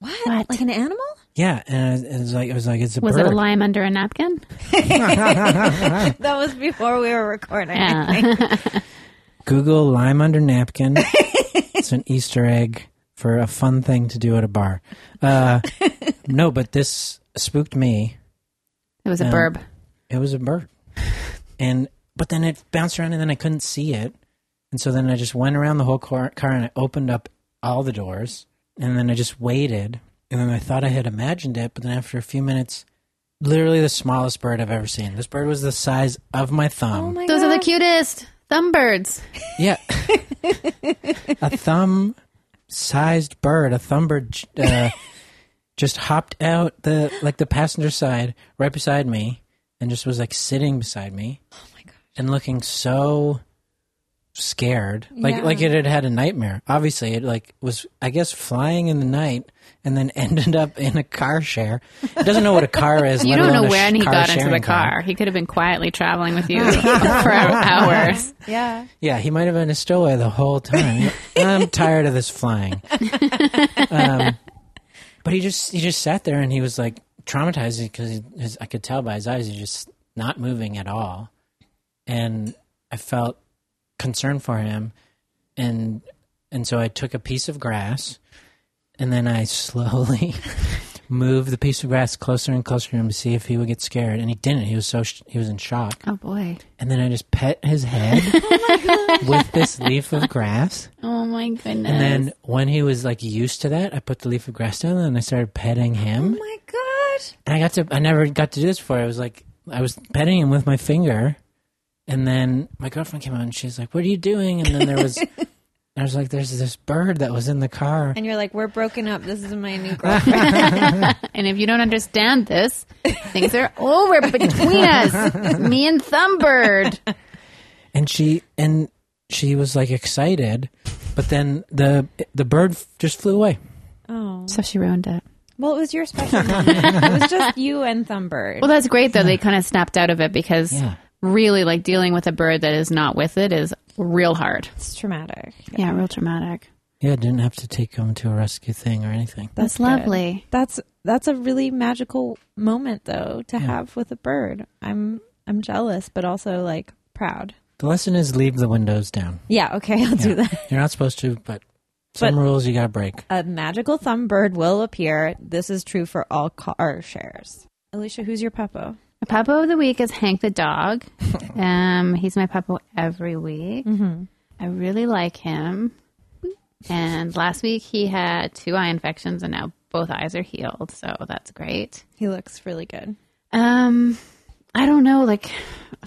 [SPEAKER 1] What?
[SPEAKER 5] What?
[SPEAKER 1] Like an animal?
[SPEAKER 3] Yeah, and it was like it was like it's a
[SPEAKER 5] Was
[SPEAKER 3] bird.
[SPEAKER 5] it a lime under a napkin?
[SPEAKER 1] That was before we were recording.
[SPEAKER 5] Yeah.
[SPEAKER 3] Google lime under napkin. it's an Easter egg for a fun thing to do at a bar. Uh, no, but this spooked me.
[SPEAKER 5] It was a
[SPEAKER 3] Um,
[SPEAKER 2] Oh
[SPEAKER 5] burb.
[SPEAKER 3] It was a bird, and but then it bounced around, and then I couldn't see it, and so then I just went around the whole car, car and I opened up all the doors, and then I just waited, and then I thought I had imagined it, but then after a few minutes, literally the smallest bird I've ever seen. This bird was the size of my thumb.
[SPEAKER 1] Oh my
[SPEAKER 5] Those are the
[SPEAKER 1] god.
[SPEAKER 5] cutest. Thumbbirds.
[SPEAKER 3] Yeah. a thumb sized bird, a thumbbird j- uh, just hopped out the like the passenger side right beside me and just was like sitting beside me
[SPEAKER 1] Oh my god.
[SPEAKER 3] and looking so scared. Like
[SPEAKER 1] Yeah.
[SPEAKER 3] like it had had a nightmare. Obviously, it like was I guess flying in the night and then ended up in a car share. It doesn't know what a car is.
[SPEAKER 2] You
[SPEAKER 3] let
[SPEAKER 2] don't
[SPEAKER 3] alone
[SPEAKER 2] know
[SPEAKER 3] a sh-
[SPEAKER 2] when he
[SPEAKER 3] car
[SPEAKER 2] got into the
[SPEAKER 3] sharing
[SPEAKER 2] car. He could have been quietly traveling with you for hours.
[SPEAKER 1] Yeah.
[SPEAKER 3] Yeah, he might have been a stowaway the whole time. I'm tired of this flying. um, but he just he just sat there and he was like traumatized because his, I could tell by his eyes he's just not moving at all, and I felt concern for him, and and so I took a piece of grass, and then I slowly. moved the piece of grass closer and closer to him to see if he would get scared, and he didn't. He was so sh- he was in shock
[SPEAKER 2] Oh boy.
[SPEAKER 3] and then I just pet his head
[SPEAKER 1] Oh
[SPEAKER 3] with this leaf of grass.
[SPEAKER 2] Oh my goodness.
[SPEAKER 3] And then when he was like used to that, I put the leaf of grass down and I started petting him.
[SPEAKER 1] Oh my gosh.
[SPEAKER 3] And I got to I never got to do this before. I was like I was petting him with my finger and then my girlfriend came out and she's like, What are you doing? And then there was I was like, There's this bird that was in the car.
[SPEAKER 1] And you're like, we're broken up. This is my new girlfriend.
[SPEAKER 2] And if you don't understand this, things are over between us. Me and Thumbbird.
[SPEAKER 3] and she and she was like excited, but then the the bird f- just flew away.
[SPEAKER 1] oh.
[SPEAKER 2] So she ruined it.
[SPEAKER 1] Well, it was your special moment. it was just you and Thumbbird.
[SPEAKER 2] Well, that's great though. They kind of snapped out of it because
[SPEAKER 3] Yeah.
[SPEAKER 2] really, like dealing with a bird that is not with it is real hard.
[SPEAKER 1] That's traumatic.
[SPEAKER 2] Yeah, real traumatic.
[SPEAKER 3] Yeah, didn't have to take him to a rescue thing or anything.
[SPEAKER 2] That's,
[SPEAKER 1] good.
[SPEAKER 2] lovely.
[SPEAKER 1] That's that's a really magical moment though to have with a bird. I'm I'm jealous but also like proud.
[SPEAKER 3] The lesson is leave the windows down.
[SPEAKER 1] Yeah, okay, I'll do that.
[SPEAKER 3] You're not supposed to, but some
[SPEAKER 1] But-
[SPEAKER 3] rules you gotta break.
[SPEAKER 1] A magical Thumbbird will appear. This is true for all car shares. Alicia, who's your puppo?
[SPEAKER 2] My puppo of the week is Hank the dog. um, he's my puppo every week. I really like him. And last week he had two eye infections, and now both eyes are healed. So that's great.
[SPEAKER 1] He looks really good.
[SPEAKER 2] Um, I don't know. Like,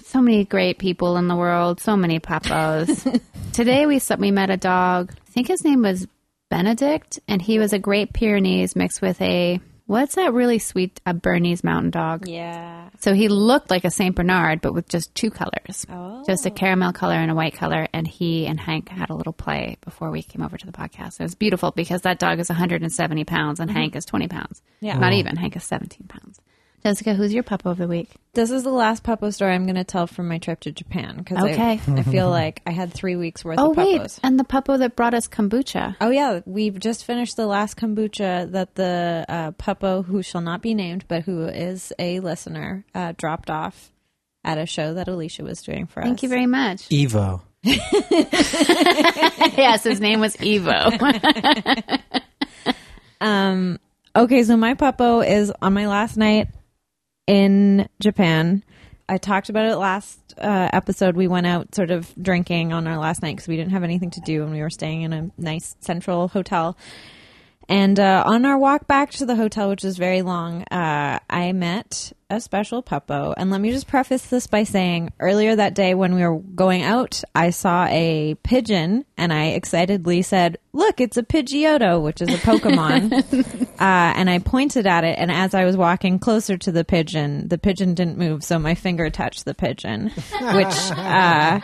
[SPEAKER 2] so many great people in the world. So many papos. Today we saw, we met a dog. I think his name was Benedict, and he was a Great Pyrenees mixed with a what's that really sweet a Bernese Mountain Dog.
[SPEAKER 1] Yeah.
[SPEAKER 2] So he looked like a Saint Bernard, but with just two colors,
[SPEAKER 1] Oh.
[SPEAKER 2] just a caramel color and a white color. And he and Hank had a little play before we came over to the podcast. It was beautiful because that dog is 170 pounds and Hank is 20 pounds.
[SPEAKER 1] Mm-hmm. Yeah.
[SPEAKER 2] not even Hank is 17 pounds. Jessica, who's your puppo of the week?
[SPEAKER 1] This is the last puppo story I'm going to tell from my trip to Japan because
[SPEAKER 2] Okay.
[SPEAKER 1] I, I feel like I had three weeks worth
[SPEAKER 2] Oh
[SPEAKER 1] of puppos.
[SPEAKER 2] wait, and the puppo that brought us kombucha.
[SPEAKER 1] Oh yeah, we've just finished the last kombucha that the uh, puppo who shall not be named, but who is a listener, uh, dropped off at a show that Alicia was doing for us.
[SPEAKER 2] Thank you very much.
[SPEAKER 3] Evo.
[SPEAKER 2] yes, his name was Evo.
[SPEAKER 1] Um, okay, so my puppo is on my last night in Japan. I talked about it last uh, episode. We went out sort of drinking on our last night because we didn't have anything to do and we were staying in a nice central hotel. And uh, on our walk back to the hotel, which is very long, uh, I met a special puppo. And let me just preface this by saying earlier that day when we were going out, I saw a pigeon and I excitedly said, Look, it's a Pidgeotto, which is a Pokemon. uh, and I pointed at it. And as I was walking closer to the pigeon, the pigeon didn't move, so my finger touched the pigeon, which uh,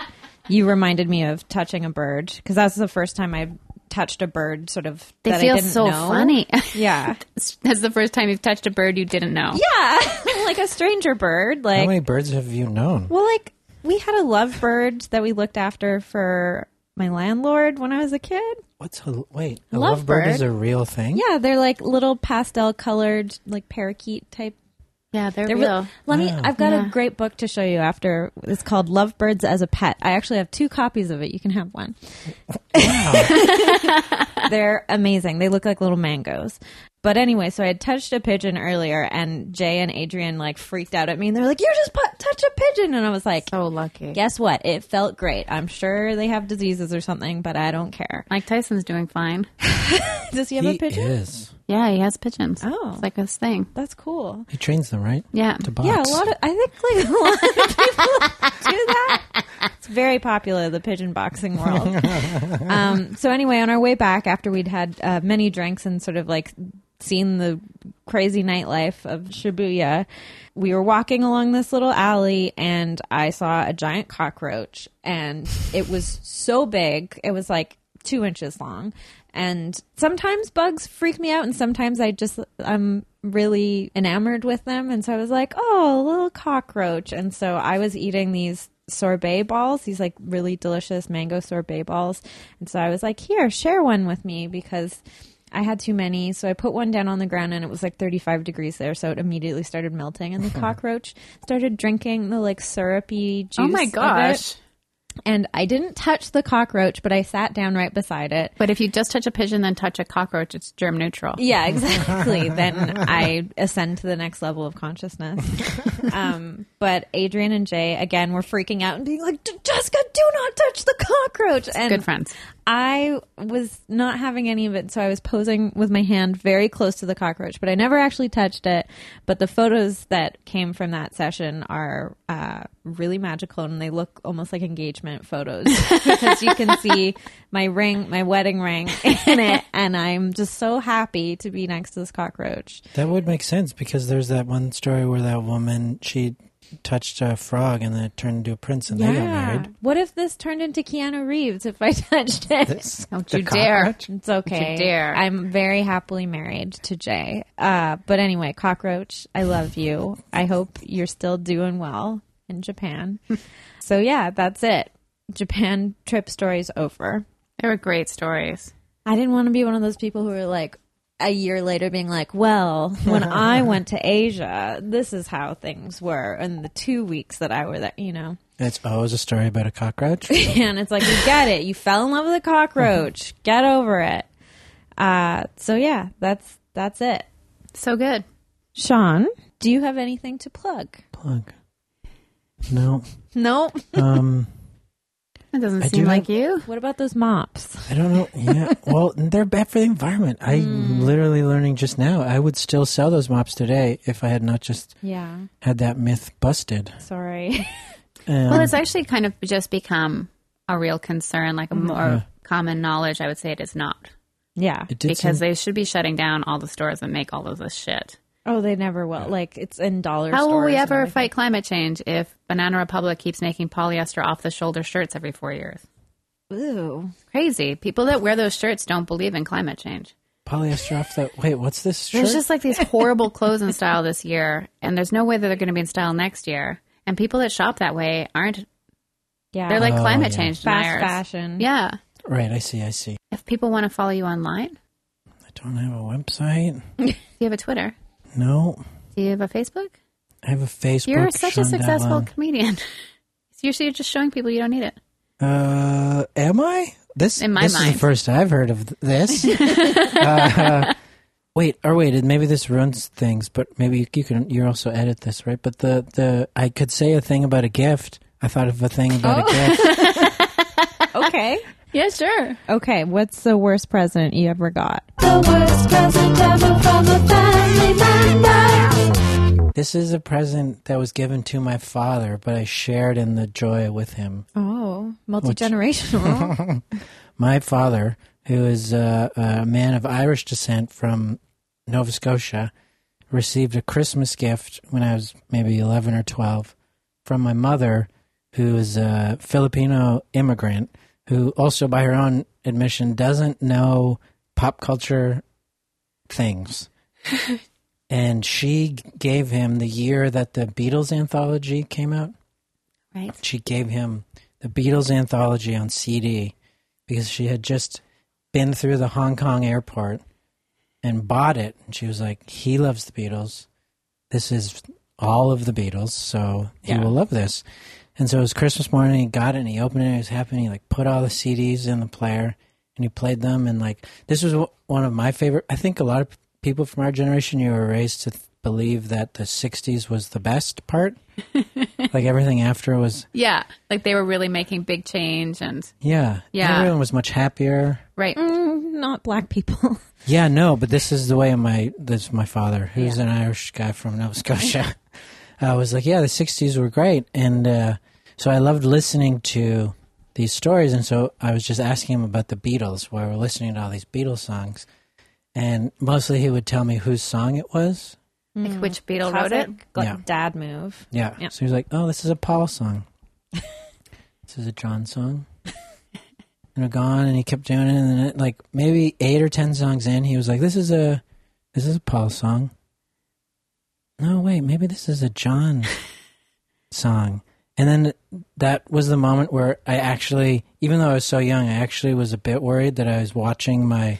[SPEAKER 1] you reminded me of touching a bird because that's the first time I've touched a bird. Sort of,
[SPEAKER 2] They
[SPEAKER 1] that I
[SPEAKER 2] feel
[SPEAKER 1] didn't
[SPEAKER 2] so
[SPEAKER 1] know.
[SPEAKER 2] funny.
[SPEAKER 1] Yeah,
[SPEAKER 2] That's the first time you've touched a bird you didn't know.
[SPEAKER 1] yeah, like a stranger bird,
[SPEAKER 3] How
[SPEAKER 1] like
[SPEAKER 3] many birds have you known?
[SPEAKER 1] Well, like we had a lovebird that we looked after for my landlord when I was a kid.
[SPEAKER 3] What's a wait? A
[SPEAKER 2] Love
[SPEAKER 3] lovebird
[SPEAKER 2] bird.
[SPEAKER 3] is a real thing.
[SPEAKER 1] Yeah, they're like little pastel colored, like parakeet type.
[SPEAKER 2] Yeah, they're,
[SPEAKER 1] They're
[SPEAKER 2] real.
[SPEAKER 1] real. Let me. I've got a great book to show you after. It's called Lovebirds as a Pet. I actually have two copies of it. You can have one. They're amazing. They look like little mangoes. But anyway, so I had touched a pigeon earlier, and Jay and Adrian like freaked out at me, and they're like, "You just pu- touch a pigeon," and I was like,
[SPEAKER 2] so lucky.
[SPEAKER 1] guess what? It felt great. I'm sure they have diseases or something, but I don't care.
[SPEAKER 2] Mike Tyson's doing fine.
[SPEAKER 1] Does he have
[SPEAKER 3] he
[SPEAKER 1] a pigeon?
[SPEAKER 3] is.
[SPEAKER 2] Yeah, he has pigeons.
[SPEAKER 1] Oh.
[SPEAKER 2] it's like his thing.
[SPEAKER 1] That's cool.
[SPEAKER 3] He trains them, right?
[SPEAKER 2] Yeah.
[SPEAKER 3] To box.
[SPEAKER 1] Yeah, a lot of I think like a lot of people do that. It's very popular, the pigeon boxing world. um, so, anyway, on our way back, after we'd had uh, many drinks and sort of like seen the crazy nightlife of Shibuya, we were walking along this little alley and I saw a giant cockroach. And it was so big, it was like two inches long. And sometimes bugs freak me out, and sometimes I just I'm really enamored with them. And so I was like, oh, a little cockroach. And so I was eating these sorbet balls, these like really delicious mango sorbet balls. And so I was like, here, share one with me because. I had too many, so I put one down on the ground and it was like 35 degrees there, so it immediately started melting. And the cockroach started drinking the like syrupy juice.
[SPEAKER 5] Oh my
[SPEAKER 1] of it.
[SPEAKER 5] gosh.
[SPEAKER 1] And I didn't touch the cockroach, but I sat down right beside it.
[SPEAKER 5] But if you just touch a pigeon, then touch a cockroach, it's germ neutral.
[SPEAKER 1] Yeah, exactly. then I ascend to the next level of consciousness. um, but Adrian and Jay again were freaking out and being like, "D- "Jessica, do not touch the cockroach!" And
[SPEAKER 5] Good friends.
[SPEAKER 1] I was not having any of it, so I was posing with my hand very close to the cockroach, but I never actually touched it. But the photos that came from that session are uh, really magical, and they look almost like engagement photos because you can see my ring, my wedding ring, in it, and I'm just so happy to be next to this cockroach.
[SPEAKER 3] That would make sense because there's that one story where that woman she touched a frog and then it turned into a prince and they got married.
[SPEAKER 1] What if this turned into Keanu Reeves if I touched it?
[SPEAKER 5] Don't
[SPEAKER 3] The
[SPEAKER 5] you dare.
[SPEAKER 3] cockroach?
[SPEAKER 1] It's okay.
[SPEAKER 5] dare.
[SPEAKER 1] I'm very happily married to Jay. Uh, but anyway, cockroach, I love you. I hope you're still doing well in Japan. so yeah, that's it. Japan trip stories over.
[SPEAKER 5] They were great stories.
[SPEAKER 1] I didn't want to be one of those people who were like a year later being like, well, when I went to Asia, this is how things were in the two weeks that I were there, you know.
[SPEAKER 3] It's always a story about a cockroach.
[SPEAKER 1] And it's like, you get it. You fell in love with a cockroach. Get over it. Uh, so yeah, that's that's it.
[SPEAKER 5] So good.
[SPEAKER 1] Sean, do you have anything to plug?
[SPEAKER 3] Plug. No.
[SPEAKER 1] Nope.
[SPEAKER 3] Um
[SPEAKER 5] That doesn't
[SPEAKER 3] I
[SPEAKER 5] seem
[SPEAKER 3] do
[SPEAKER 5] like
[SPEAKER 3] have-
[SPEAKER 5] you.
[SPEAKER 1] What about those mops?
[SPEAKER 3] I don't know. Yeah. Well, they're bad for the environment.
[SPEAKER 5] Hmm.
[SPEAKER 3] I'm literally learning just now. I would still sell those mops today if I had not just
[SPEAKER 1] Yeah,
[SPEAKER 3] had that myth busted.
[SPEAKER 1] sorry.
[SPEAKER 3] Um,
[SPEAKER 5] Well, it's actually kind of just become a real concern, like a
[SPEAKER 3] Mm-hmm.
[SPEAKER 5] more common knowledge. I would say it is not
[SPEAKER 1] yeah.
[SPEAKER 3] it did
[SPEAKER 5] because
[SPEAKER 3] seem-
[SPEAKER 5] they should be shutting down all the stores that make all of this shit.
[SPEAKER 1] Oh, they never will. Like it's in dollar.
[SPEAKER 5] How will
[SPEAKER 1] stores
[SPEAKER 5] we
[SPEAKER 1] and
[SPEAKER 5] ever
[SPEAKER 1] everything.
[SPEAKER 5] fight climate change if Banana Republic keeps making polyester off the shoulder shirts every four years?
[SPEAKER 1] Ooh.
[SPEAKER 5] Crazy. People that wear those shirts don't believe in climate change.
[SPEAKER 3] polyester off the. Wait, what's this shirt?
[SPEAKER 5] There's just like these horrible clothes in style this year, and there's no way that they're going to be in style next year. And people that shop that way aren't.
[SPEAKER 1] Yeah,
[SPEAKER 5] They're like
[SPEAKER 3] Oh,
[SPEAKER 5] climate
[SPEAKER 3] yeah.
[SPEAKER 5] change
[SPEAKER 1] fast
[SPEAKER 5] deniers.
[SPEAKER 1] fashion.
[SPEAKER 5] Yeah.
[SPEAKER 3] right. I see. I see.
[SPEAKER 5] If people want to follow you online, do
[SPEAKER 3] I don't have a website.
[SPEAKER 5] you have a Twitter?
[SPEAKER 3] No.
[SPEAKER 5] Do you have a Facebook?
[SPEAKER 3] I have a Facebook.
[SPEAKER 5] You're such a
[SPEAKER 3] Sean
[SPEAKER 5] successful
[SPEAKER 3] Devlin.
[SPEAKER 5] comedian. It's usually just showing people you don't need it.
[SPEAKER 3] Uh, am I? This
[SPEAKER 5] In my
[SPEAKER 3] this is
[SPEAKER 5] mind.
[SPEAKER 3] the first I've heard of th- this. Uh, wait, or wait, maybe this ruins things, but maybe you, you can. You also edit this, right? But the the I could say a thing about a gift. I thought of a thing about
[SPEAKER 5] Oh.
[SPEAKER 3] a gift.
[SPEAKER 1] Okay.
[SPEAKER 5] Yeah, sure.
[SPEAKER 1] okay. What's the worst present you ever got?
[SPEAKER 7] The worst present ever from a family member.
[SPEAKER 3] This is a present that was given to my father, but I shared in the joy with him.
[SPEAKER 1] Oh, multi generational.
[SPEAKER 3] my father, who is a, a man of Irish descent from Nova Scotia, received a Christmas gift when I was maybe 11 or 12 from my mother, who is a Filipino immigrant, who also, by her own admission, doesn't know pop culture things. and she g- gave him the year that the Beatles anthology came out
[SPEAKER 5] Right.
[SPEAKER 3] she gave him the Beatles anthology on CD because she had just been through the Hong Kong airport and bought it. And she was like, he loves the Beatles. This is all of the Beatles, so he will love this. And so it was Christmas morning. He got it and he opened it. And he was happy. And he like put all the CDs in the player and he played them. And like, this was wh- one of my favorite. I think a lot of people from our generation, you were raised to th- believe that the 60s was the best part. like everything after was
[SPEAKER 5] Yeah. Like they were really making big change and
[SPEAKER 3] yeah.
[SPEAKER 5] Yeah.
[SPEAKER 3] Everyone was much happier.
[SPEAKER 5] right.
[SPEAKER 1] Mm, not black people.
[SPEAKER 3] Yeah, no, but this is the way my this is my father, who's an Irish guy from Nova Scotia, uh, was like, yeah, the '60s were great, and uh, So I loved listening to these stories, and so I was just asking him about the Beatles while we were listening to all these Beatles songs, and mostly he would tell me whose song it was.
[SPEAKER 5] Like which Beatle wrote
[SPEAKER 1] Classic,
[SPEAKER 5] it?
[SPEAKER 1] like,
[SPEAKER 3] Yeah.
[SPEAKER 1] dad move.
[SPEAKER 3] Yeah.
[SPEAKER 1] Yeah.
[SPEAKER 3] So he was like, "Oh, this is a Paul song. this is a John song." and we're gone, and he kept doing it, and then it, like maybe eight or ten songs in, he was like, "This is a, this is a Paul song." No, wait, maybe this is a John song. And then that was the moment where I actually, even though I was so young, I actually was a bit worried that I was watching my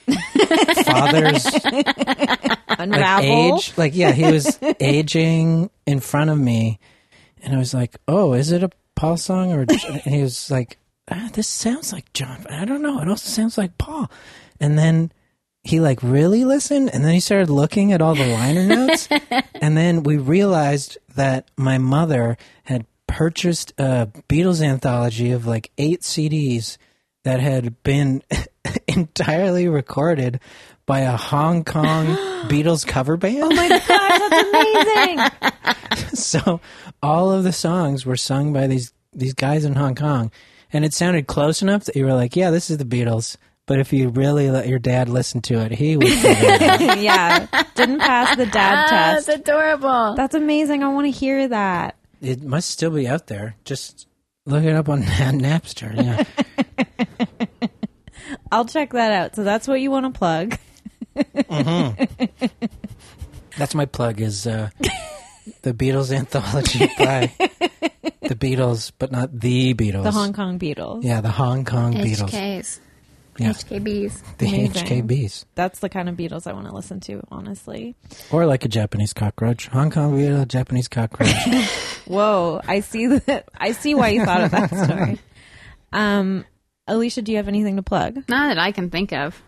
[SPEAKER 3] father's like
[SPEAKER 1] Unravel.
[SPEAKER 3] age like yeah he was aging in front of me and i was like oh is it a paul song or and he was like ah, this sounds like john but i don't know it also sounds like paul and then he like really listened and then he started looking at all the liner notes and then we realized that my mother had purchased a beatles anthology of like eight cds that had been entirely recorded by a hong kong beatles cover band
[SPEAKER 1] Amazing.
[SPEAKER 3] so all of the songs were sung by these these guys in Hong Kong, and it sounded close enough that you were like, "Yeah, this is the Beatles." But if you really let your dad listen to it, he would. figure it out.
[SPEAKER 1] yeah. Didn't pass the dad
[SPEAKER 5] That's
[SPEAKER 1] test.
[SPEAKER 5] adorable.
[SPEAKER 1] That's amazing. I want to hear that.
[SPEAKER 3] It must still be out there. Just look it up on Napster. Yeah,
[SPEAKER 1] I'll check that out. So that's what you want to plug.
[SPEAKER 3] that's my plug. Is uh, the Beatles anthology by the Beatles, but not the Beatles.
[SPEAKER 1] The Hong Kong Beatles.
[SPEAKER 3] Yeah, the Hong Kong Beatles.
[SPEAKER 5] HKs.
[SPEAKER 3] Yeah.
[SPEAKER 5] HKBs.
[SPEAKER 3] The
[SPEAKER 1] Amazing.
[SPEAKER 3] HKBs.
[SPEAKER 1] That's the kind of Beatles I want to listen to, honestly.
[SPEAKER 3] Or like a Japanese cockroach. Hong Kong Beatles, Japanese cockroach.
[SPEAKER 1] Whoa, I see that. I see why you thought of that story. Um, Alicia, do you have anything to plug?
[SPEAKER 5] None that I can think of.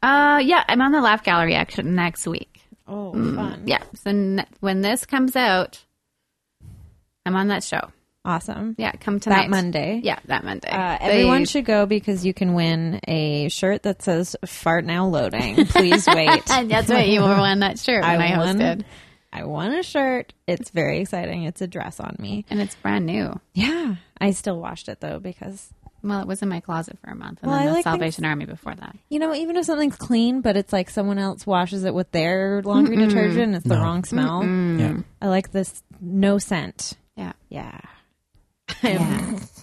[SPEAKER 5] Uh, yeah, I'm on the Laugh Gallery action next week.
[SPEAKER 1] Oh, fun!
[SPEAKER 5] Yeah, so n- when this comes out, I'm on that show.
[SPEAKER 1] Awesome.
[SPEAKER 5] Yeah, come tonight.
[SPEAKER 1] That Monday.
[SPEAKER 5] Yeah, that Monday.
[SPEAKER 1] Uh, everyone
[SPEAKER 5] They-
[SPEAKER 1] should go because you can win a shirt that says "Fart Now Loading." Please wait.
[SPEAKER 5] And that's right. You were on that shirt when I,
[SPEAKER 1] won.
[SPEAKER 5] hosted,
[SPEAKER 1] I won a shirt. It's very exciting. It's a dress on me.
[SPEAKER 5] and it's brand new.
[SPEAKER 1] Yeah, I still washed it though because
[SPEAKER 5] Well, it was in my closet for a month, and
[SPEAKER 1] Well, I
[SPEAKER 5] then the
[SPEAKER 1] like
[SPEAKER 5] Salvation Army before that.
[SPEAKER 1] You know, even if something's clean, but it's like someone else washes it with their laundry detergent, it's the wrong smell.
[SPEAKER 3] Yeah.
[SPEAKER 1] I like this no scent.
[SPEAKER 5] Yeah.
[SPEAKER 1] Yeah.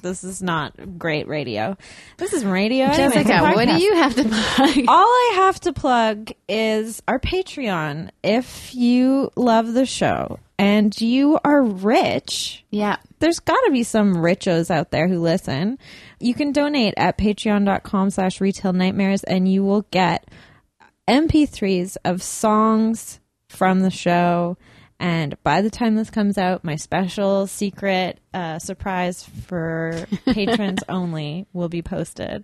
[SPEAKER 1] this is not great radio. This is radio. anyway, it's a
[SPEAKER 5] Jessica, what
[SPEAKER 1] podcast. Oh.
[SPEAKER 5] do you have to buy?
[SPEAKER 1] All I have to plug is our Patreon. If you love the show and you are rich,
[SPEAKER 5] yeah.
[SPEAKER 1] there's got to be some richos out there who listen. You can donate at patreon.com slash retail nightmares and you will get MP3s of songs from the show. And by the time this comes out, my special secret uh, surprise for patrons only will be posted.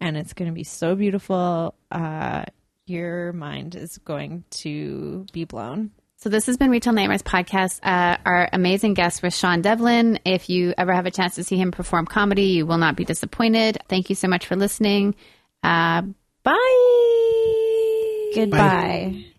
[SPEAKER 1] And it's going to be so beautiful. Uh, your mind is going to be blown.
[SPEAKER 5] So this has been Retail Nightmares podcast. Uh, our amazing guest was Sean Devlin. If you ever have a chance to see him perform comedy, you will not be disappointed. Thank you so much for listening. Uh, bye.
[SPEAKER 1] Goodbye.